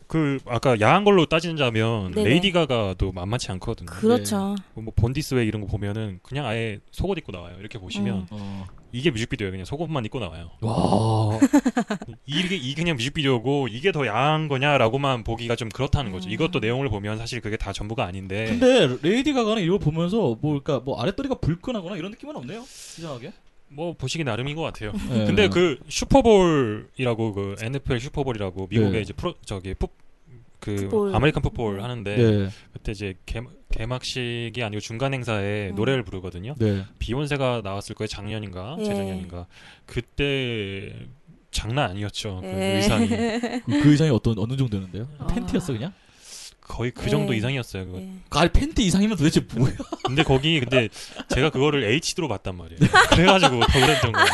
S6: 그 아까 야한 걸로 따지자면
S5: 네네.
S6: 레이디 가가도 만만치 않거든요.
S5: 그렇죠.
S6: 뭐 본디스웨이 이런 거 보면은 그냥 아예 속옷 입고 나와요. 이렇게 보시면
S5: 음.
S4: 어.
S6: 이게 뮤직비디오예요. 그냥 속옷만 입고 나와요.
S4: 와.
S6: 이게 이 그냥 뮤직비디오고 이게 더 야한 거냐라고만 보기가 좀 그렇다는
S5: 음.
S6: 거죠. 이것도 내용을 보면 사실 그게 다 전부가 아닌데
S4: 근데 레이디 가가는 이걸 보면서 뭐 그러니까 뭐 아랫다리가 불끈하거나 이런 느낌은 없네요. 이상하게.
S6: 뭐 보시기 나름인 것 같아요.
S4: 네.
S6: 근데 그 슈퍼볼이라고 그 NFL 슈퍼볼이라고 미국의
S4: 네.
S6: 이제 프로 저기 풋, 그
S5: 풋볼.
S6: 아메리칸 풋볼 하는데
S4: 네.
S6: 그때 이제 개, 개막식이 아니고 중간 행사에
S5: 음.
S6: 노래를 부르거든요.
S4: 네.
S6: 비욘세가 나왔을 거예요. 작년인가
S5: 예.
S6: 재작년인가 그때 장난 아니었죠. 그
S5: 예.
S6: 의상이
S4: 그, 그 이상이 어떤 어느 정도였는데요?
S5: 아.
S4: 팬티였어 그냥?
S6: 거의 그 정도
S5: 예.
S6: 이상이었어요. 그거.
S5: 예.
S4: 그 아니 팬티 이상이면 도대체 뭐야?
S6: 근데 거기 근데 제가 그거를 HD로 봤단 말이에요. 그래가지고 더 그랬던 거예요.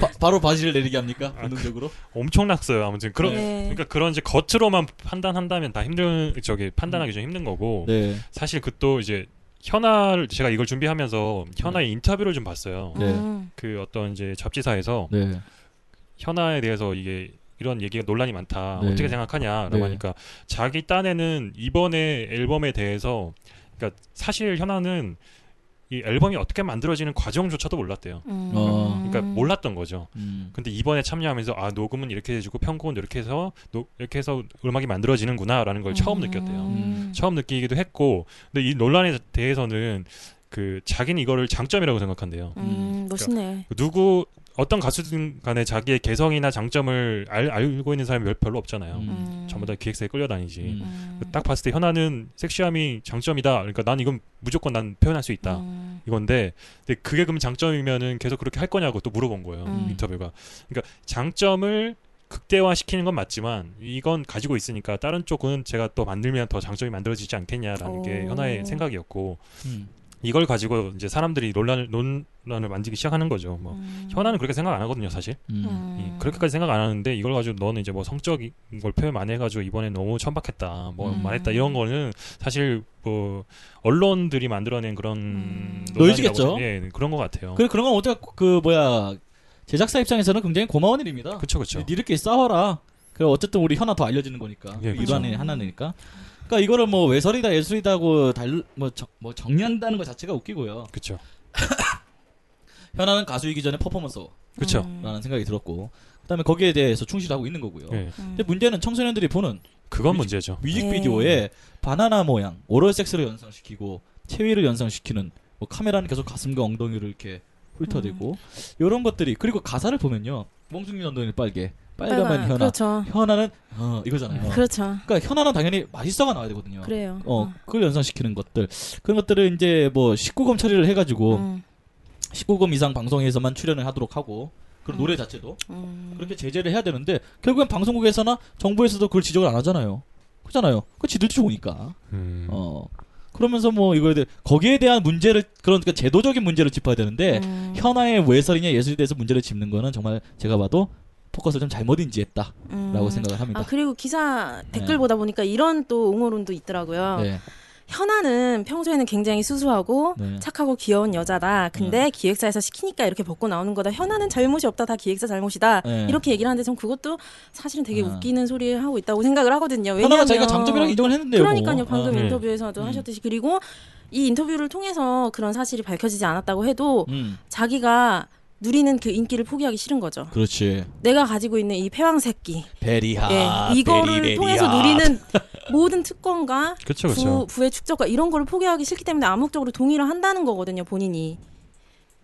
S4: 바, 바로 바지를 내리게 합니까? 본능적으로?
S6: 엄청 났어요. 아무튼 그런
S5: 네.
S6: 그러니까 그런 이제 겉으로만 판단한다면 다 힘든 저기 판단하기 좀 힘든 거고
S4: 네.
S6: 사실 그 또 이제 현아를 제가 이걸 준비하면서 현아의 인터뷰를 좀 봤어요.
S4: 네.
S5: 음.
S6: 그 어떤 이제 잡지사에서
S4: 네.
S6: 현아에 대해서 이게 이런 얘기가 논란이 많다.
S4: 네.
S6: 어떻게 생각하냐라고
S4: 네.
S6: 하니까 자기 딴에는 이번에 앨범에 대해서 그러니까 사실 현아는 이 앨범이 어떻게 만들어지는 과정조차도 몰랐대요.
S5: 음.
S4: 어.
S6: 그러니까 몰랐던 거죠.
S4: 음.
S6: 근데 이번에 참여하면서 아 녹음은 이렇게 해주고 편곡은 이렇게 해서 노- 이렇게 해서 음악이 만들어지는구나라는 걸 처음 느꼈대요.
S4: 음.
S6: 처음 느끼기도 했고, 근데 이 논란에 대해서는 그 자기는 이거를 장점이라고 생각한대요.
S5: 음, 멋있네.
S6: 누구 어떤 가수든 간에 자기의 개성이나 장점을 알, 알고 있는 사람이 별- 별로 없잖아요.
S4: 음.
S5: 음.
S6: 전부 다 기획사에 끌려다니지.
S4: 음.
S5: 음.
S6: 딱 봤을 때 현아는 섹시함이 장점이다. 그러니까 난 이건 무조건 난 표현할 수 있다.
S5: 음.
S6: 이건데 근데 그게 그럼 장점이면은 계속 그렇게 할 거냐고 또 물어본 거예요
S5: 음.
S6: 인터뷰가 그러니까 장점을 극대화시키는 건 맞지만 이건 가지고 있으니까 다른 쪽은 제가 또 만들면 더 장점이 만들어지지 않겠냐라는
S5: 오.
S6: 게 현아의 생각이었고
S4: 음.
S6: 이걸 가지고 이제 사람들이 논란을 논란을 만들기 시작하는 거죠 뭐
S5: 음.
S6: 현아는 그렇게 생각 안 하거든요 사실
S4: 음.
S5: 음.
S6: 이- 그렇게까지 생각 안 하는데 이걸 가지고 너는 이제 뭐 성적인 걸 표현 많이 해가지고 이번에 너무 천박했다 뭐
S5: 음.
S6: 말했다 이런 거는 사실 뭐 언론들이 만들어낸 그런
S5: 음.
S6: 논란이라고
S4: 노이즈겠죠?
S6: 생- 예 그런 것 같아요.
S4: 그래 그런 건 어떻게 그 뭐야 제작사 입장에서는 굉장히 고마운 일입니다.
S6: 그쵸 그쵸.
S4: 니들끼리 싸워라. 그 어쨌든 우리 현아 더 알려지는 거니까
S6: 예, 그쵸.
S4: 일환의 하나니까. 그러니까 이거를 뭐 외설이다 예술이다고 달뭐 뭐 정리한다는 것 자체가 웃기고요.
S6: 그쵸.
S4: 현아는 가수이기 전에 퍼포먼서라는
S6: 그쵸. 아.
S5: 음.
S4: 생각이 들었고 그 그다음에 거기에 대해서 충실하고 있는 거고요.
S6: 예.
S5: 음.
S4: 근데 문제는 청소년들이 보는
S6: 그건 문제죠.
S4: 뮤직비디오에 바나나 모양, 오럴 섹스를 연상시키고 체위를 연상시키는 뭐 카메라는 계속 가슴과 엉덩이를 이렇게 훑어대고
S5: 음.
S4: 이런 것들이 그리고 가사를 보면요. 몽둥이 엉덩이는 빨개, 빨간만 현아,
S5: 그렇죠.
S4: 현아는 어, 이거잖아요.
S5: 그렇죠.
S4: 그러니까 현아는 당연히 맛있어가 나와야 되거든요.
S5: 그래요. 음.
S4: 어, 그걸 연상시키는 것들. 그런 것들을 이제 뭐 19금 처리를
S6: 뭐.
S4: 해가지고
S5: 음.
S4: 19금 이상 방송에서만 출연을 하도록 하고 그런
S5: 음.
S4: 노래 자체도 그렇게 제재를 해야 되는데 결국엔 방송국에서나 정부에서도 그걸 지적을 안 하잖아요. 그잖아요. 그 지들 좋으니까.
S6: 음.
S4: 어. 그러면서 뭐 이거에 대해 거기에 대한 문제를 그런 그 제도적인 문제를 짚어야
S5: 음.
S4: 되는데 현아의 외설이냐 예술에 대해서 문제를 짚는 거는 정말 제가 봐도 포커스를 좀 잘못 인지했다라고
S5: 음.
S4: 생각을 합니다.
S5: 아 그리고 기사 댓글 보다 보니까 이런 또 옹호론도 있더라고요.
S4: 네.
S5: 현아는 평소에는 굉장히 수수하고
S4: 네.
S5: 착하고 귀여운 여자다. 근데 기획사에서 시키니까 이렇게 벗고 나오는 거다. 현아는 잘못이 없다. 다 기획사 잘못이다.
S4: 네.
S5: 이렇게 얘기를 하는데 전 그것도 사실은 되게
S4: 아.
S5: 웃기는 소리를 하고 있다고 생각을 하거든요. 왜냐면
S4: 현아가 자기가 장점이라고 인정을 했는데요. 뭐.
S5: 그러니까요.
S4: 아,
S5: 방금
S6: 네.
S5: 인터뷰에서도
S4: 음.
S5: 하셨듯이 그리고 이 인터뷰를 통해서 그런 사실이 밝혀지지 않았다고 해도
S4: 음.
S5: 자기가 누리는 그 인기를 포기하기 싫은 거죠.
S4: 그렇지.
S5: 내가 가지고 있는 이 패왕새끼
S6: 아,
S4: 베리하.
S5: 예, 이거를
S4: 베리베리하.
S5: 통해서 누리는 모든 특권과
S6: 그쵸,
S5: 부,
S6: 그쵸.
S5: 부의 축적과 이런 거를 포기하기 싫기 때문에 암묵적으로 동의를 한다는 거거든요 본인이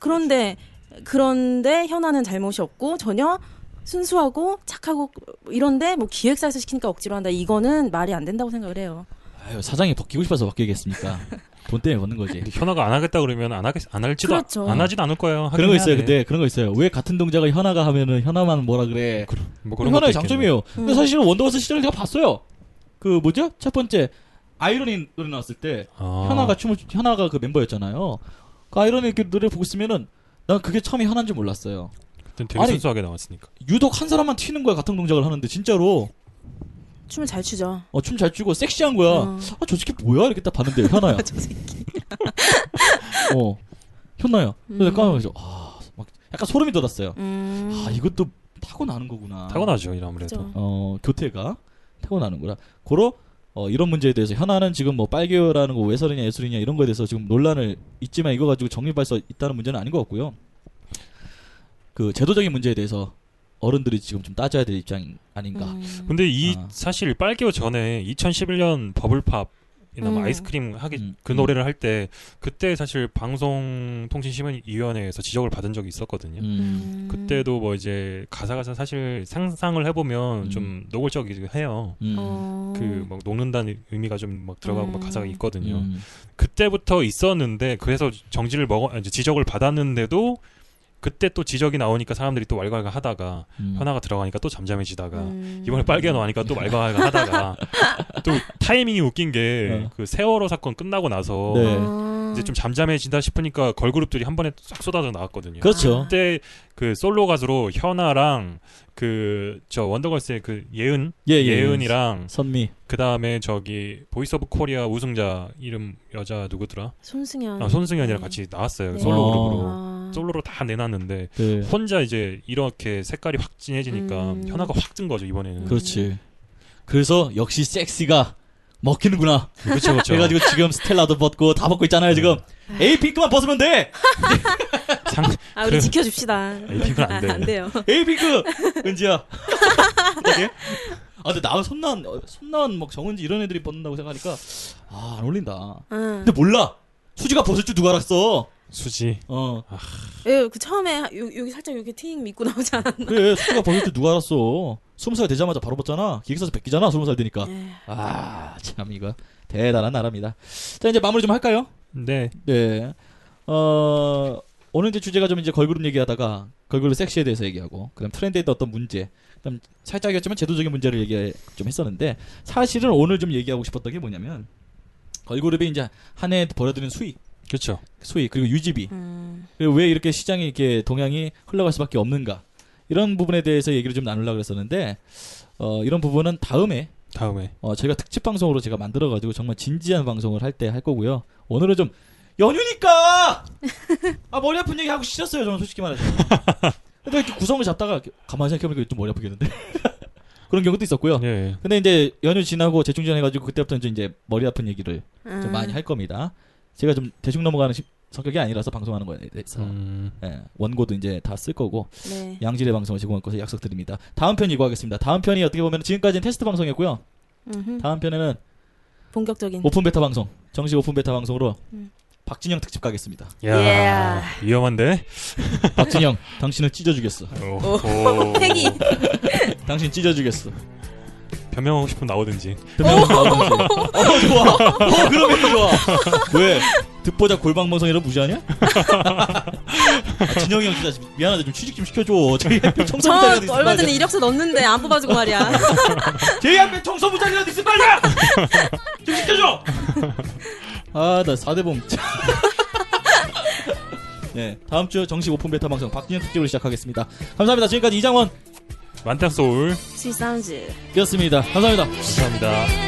S5: 그런데 그런데 현아는 잘못이 없고 전혀 순수하고 착하고 이런데 뭐 기획사에서 시키니까 억지로 한다 이거는 말이 안 된다고 생각을 해요
S4: 아유, 사장이 벗기고 싶어서 벗기겠습니까? 돈 때문에 벗는 거지.
S6: 근데 현아가 안 하겠다 그러면 안 하겠 안 할지도
S5: 그렇죠.
S6: 안 하지도 않을 거예요. 하긴
S4: 그런 거
S6: 해야
S4: 있어요.
S6: 돼.
S4: 근데 그런 거 있어요. 왜 같은 동작을 현아가 하면은 현아만 뭐라 그래.
S6: 뭐 그런 것도
S4: 현아의
S6: 있겠네.
S4: 장점이에요.
S5: 음.
S4: 근데 사실은 원더걸스 시절을 제가 봤어요. 그 뭐죠? 첫 번째 아이러니 노래 나왔을 때
S6: 아.
S4: 현아가 춤을 추- 현아가 그 멤버였잖아요. 그 아이러니 그 노래 보고 있으면은 난 그게 처음에 현아인 줄 몰랐어요.
S6: 그땐 되게
S4: 아니.
S6: 순수하게 나왔으니까.
S4: 유독 한 사람만 튀는 거야 같은 동작을 하는데 진짜로 어,
S5: 춤을 잘 추죠
S4: 춤 잘 추고 섹시한 거야.
S6: 어.
S4: 아 저 새끼 뭐야 이렇게 딱 봤는데 현아야.
S5: 음. 저 새끼
S4: 어 현아야. 그래서 깜짝 놀라서 아막 약간 소름이 돋았어요.
S5: 음,
S4: 아 이것도 타고 나는 거구나.
S6: 타고나죠, 이런 아무래도.
S5: 그렇죠.
S4: 어 교태가 태어나는구나. 고로 어, 이런 문제에 대해서 현아는 지금 뭐 빨개요라는 거 외설이냐 예술이냐 이런 거에 대해서 지금 논란을 있지만 이거 가지고 정립발서 있다는 문제는 아닌 것 같고요. 그 제도적인 문제에 대해서 어른들이 지금 좀 따져야 될 입장 아닌가.
S5: 음.
S6: 근데 이
S4: 아.
S6: 사실 빨개요 전에 2011년 버블팝 이나 뭐
S5: 음.
S6: 아이스크림 하기
S4: 음,
S6: 그
S4: 음.
S6: 노래를 할 때 그때 사실 방송통신심의위원회에서 지적을 받은 적이 있었거든요.
S4: 음.
S6: 그때도 뭐 이제 가사가 사실 상상을 해보면
S4: 음.
S6: 좀 노골적이기도 해요.
S4: 음.
S5: 어.
S6: 그 막 녹는다는 의미가 좀 막 들어가고 막 가사가 있거든요.
S4: 음.
S6: 그때부터 있었는데 그래서 정지를 먹어 아니, 지적을 받았는데도 그때 또 지적이 나오니까 사람들이 또 왈가왈가 하다가
S4: 음.
S6: 현아가 들어가니까 또 잠잠해지다가
S5: 음.
S6: 이번에 빨개 나오니까 또 왈가왈가 하다가 또 타이밍이 웃긴 게
S4: 어.
S6: 그 세월호 사건 끝나고 나서
S4: 네.
S5: 아.
S6: 이제 좀 잠잠해진다 싶으니까 걸그룹들이 한 번에 싹 쏟아져 나왔거든요.
S4: 그렇죠.
S6: 그때 그 솔로 가수로 현아랑 그 저 원더걸스의 그 예은
S4: 예, 예.
S6: 예은이랑
S4: 선미.
S6: 그 다음에 저기 보이스 오브 코리아 우승자 이름 여자 누구더라?
S5: 손승연
S6: 아, 손승연이랑 같이 나왔어요.
S5: 네.
S6: 솔로
S4: 아.
S6: 그룹으로
S5: 아.
S6: 솔로로 다 내놨는데
S4: 네.
S6: 혼자 이제 이렇게 색깔이 확 진해지니까
S5: 음.
S6: 현아가 확 뜬 거죠 이번에는.
S4: 그렇지. 그래서 역시 섹시가 먹히는구나.
S6: 그렇죠 그렇죠.
S4: 그래가지고 지금 스텔라도 벗고 다 벗고 있잖아요 지금. 에이 핑크만 벗으면 돼.
S6: 상...
S5: 아 우리
S6: 그래.
S5: 지켜줍시다.
S6: 아니, 비교는 안 돼.
S5: 아, 안 돼요.
S4: 에이 핑크 은지야 어떻게? 아 근데 나 손난 어, 손난 막 정은지 이런 애들이 벗는다고 생각하니까 아 안 어울린다
S5: 응.
S4: 근데 몰라 수지가 벗을 줄 누가 알았어
S6: 수지.
S4: 어
S5: 예, 그 처음에 하- 요, 여기 살짝 이렇게 팅 믿고 나오지 않았나?
S4: 그래 수지가 벗을 줄 누가 알았어 스무 살 되자마자 바로 벗잖아 기획사에서 뺏기잖아 스무 살 되니까 아 참 이거 대단한 나라입니다 자 이제 마무리 좀 할까요
S6: 네.
S4: 네. 어, 오늘 이제 주제가 좀 이제 걸그룹 얘기하다가 걸그룹 섹시에 대해서 얘기하고 그다음 트렌드에 대한 어떤 문제 그다음 살짝이었지만 제도적인 문제를 얘기 좀 했었는데 사실은 오늘 좀 얘기하고 싶었던 게 뭐냐면 걸그룹이 이제 한 해 벌어들이는 수익
S6: 그렇죠.
S4: 수익 그리고 유지비 그리고 왜 이렇게 시장이 이렇게 동향이 흘러갈 수밖에 없는가 이런 부분에 대해서 얘기를 좀 나누려고 그랬었는데 어, 이런 부분은 다음에
S6: 다음에
S4: 어, 저희가 특집 방송으로 제가 만들어가지고 정말 진지한 방송을 할 때 할 거고요. 오늘은 좀 연휴니까 아 머리 아픈 얘기 하고 싫었어요. 저는 솔직히 말해서. 근데 이렇게 구성을 잡다가 이렇게 가만히 생각해보니까 또 머리 아프겠는데 그런 경우도 있었고요.
S6: 예.
S4: 근데 이제 연휴 지나고
S5: 음.
S4: 재충전해가지고 그때부터 이제 머리 아픈 얘기를 좀 많이 할 겁니다. 제가 좀 대충 넘어가는 시- 성격이 아니라서 방송하는 거에 대해서
S6: 음.
S4: 예, 원고도 이제 다 쓸 거고
S5: 네.
S4: 양질의 방송을 제공할 것을 약속드립니다. 다음 편 예고하겠습니다. 다음 편이 어떻게 보면 지금까지는 테스트 방송이었고요.
S5: 음흠.
S4: 다음 편에는
S5: 본격적인.
S4: 오픈 베타 방송 정식 오픈 베타 방송으로
S5: 음.
S4: 박진영 특집 가겠습니다.
S6: 야 위험한데.
S4: 박진영 당신을 찢어주겠어.
S6: 오.
S5: 오. 팽이.
S4: 당신 찢어주겠어.
S6: 변명하고 싶으면 나오든지.
S4: 변명하고 나오든지. 어 좋아. 어 그러면 좋아. 왜 듣보자 골방 방송이라 무시하냐? 아, 진영이 형 진짜 미안한데 좀 취직 좀 시켜줘. 저희 앞에 청소 부장이라도
S5: 저
S4: 있어
S5: 얼마 전에
S4: 빨리.
S5: 이력서 넣었는데 안 뽑아주고 말이야.
S4: 저희 앞에 청소 부장이라도 있어 빨리. 좀 시켜줘. 아나 4대범. 네 다음 주 정식 오픈 베타 방송 박진영 특집으로 시작하겠습니다. 감사합니다. 지금까지 이장원
S6: 만땅 소울.
S5: 시사운즈.
S4: 이었습니다. 감사합니다.
S6: 감사합니다.
S5: Oh,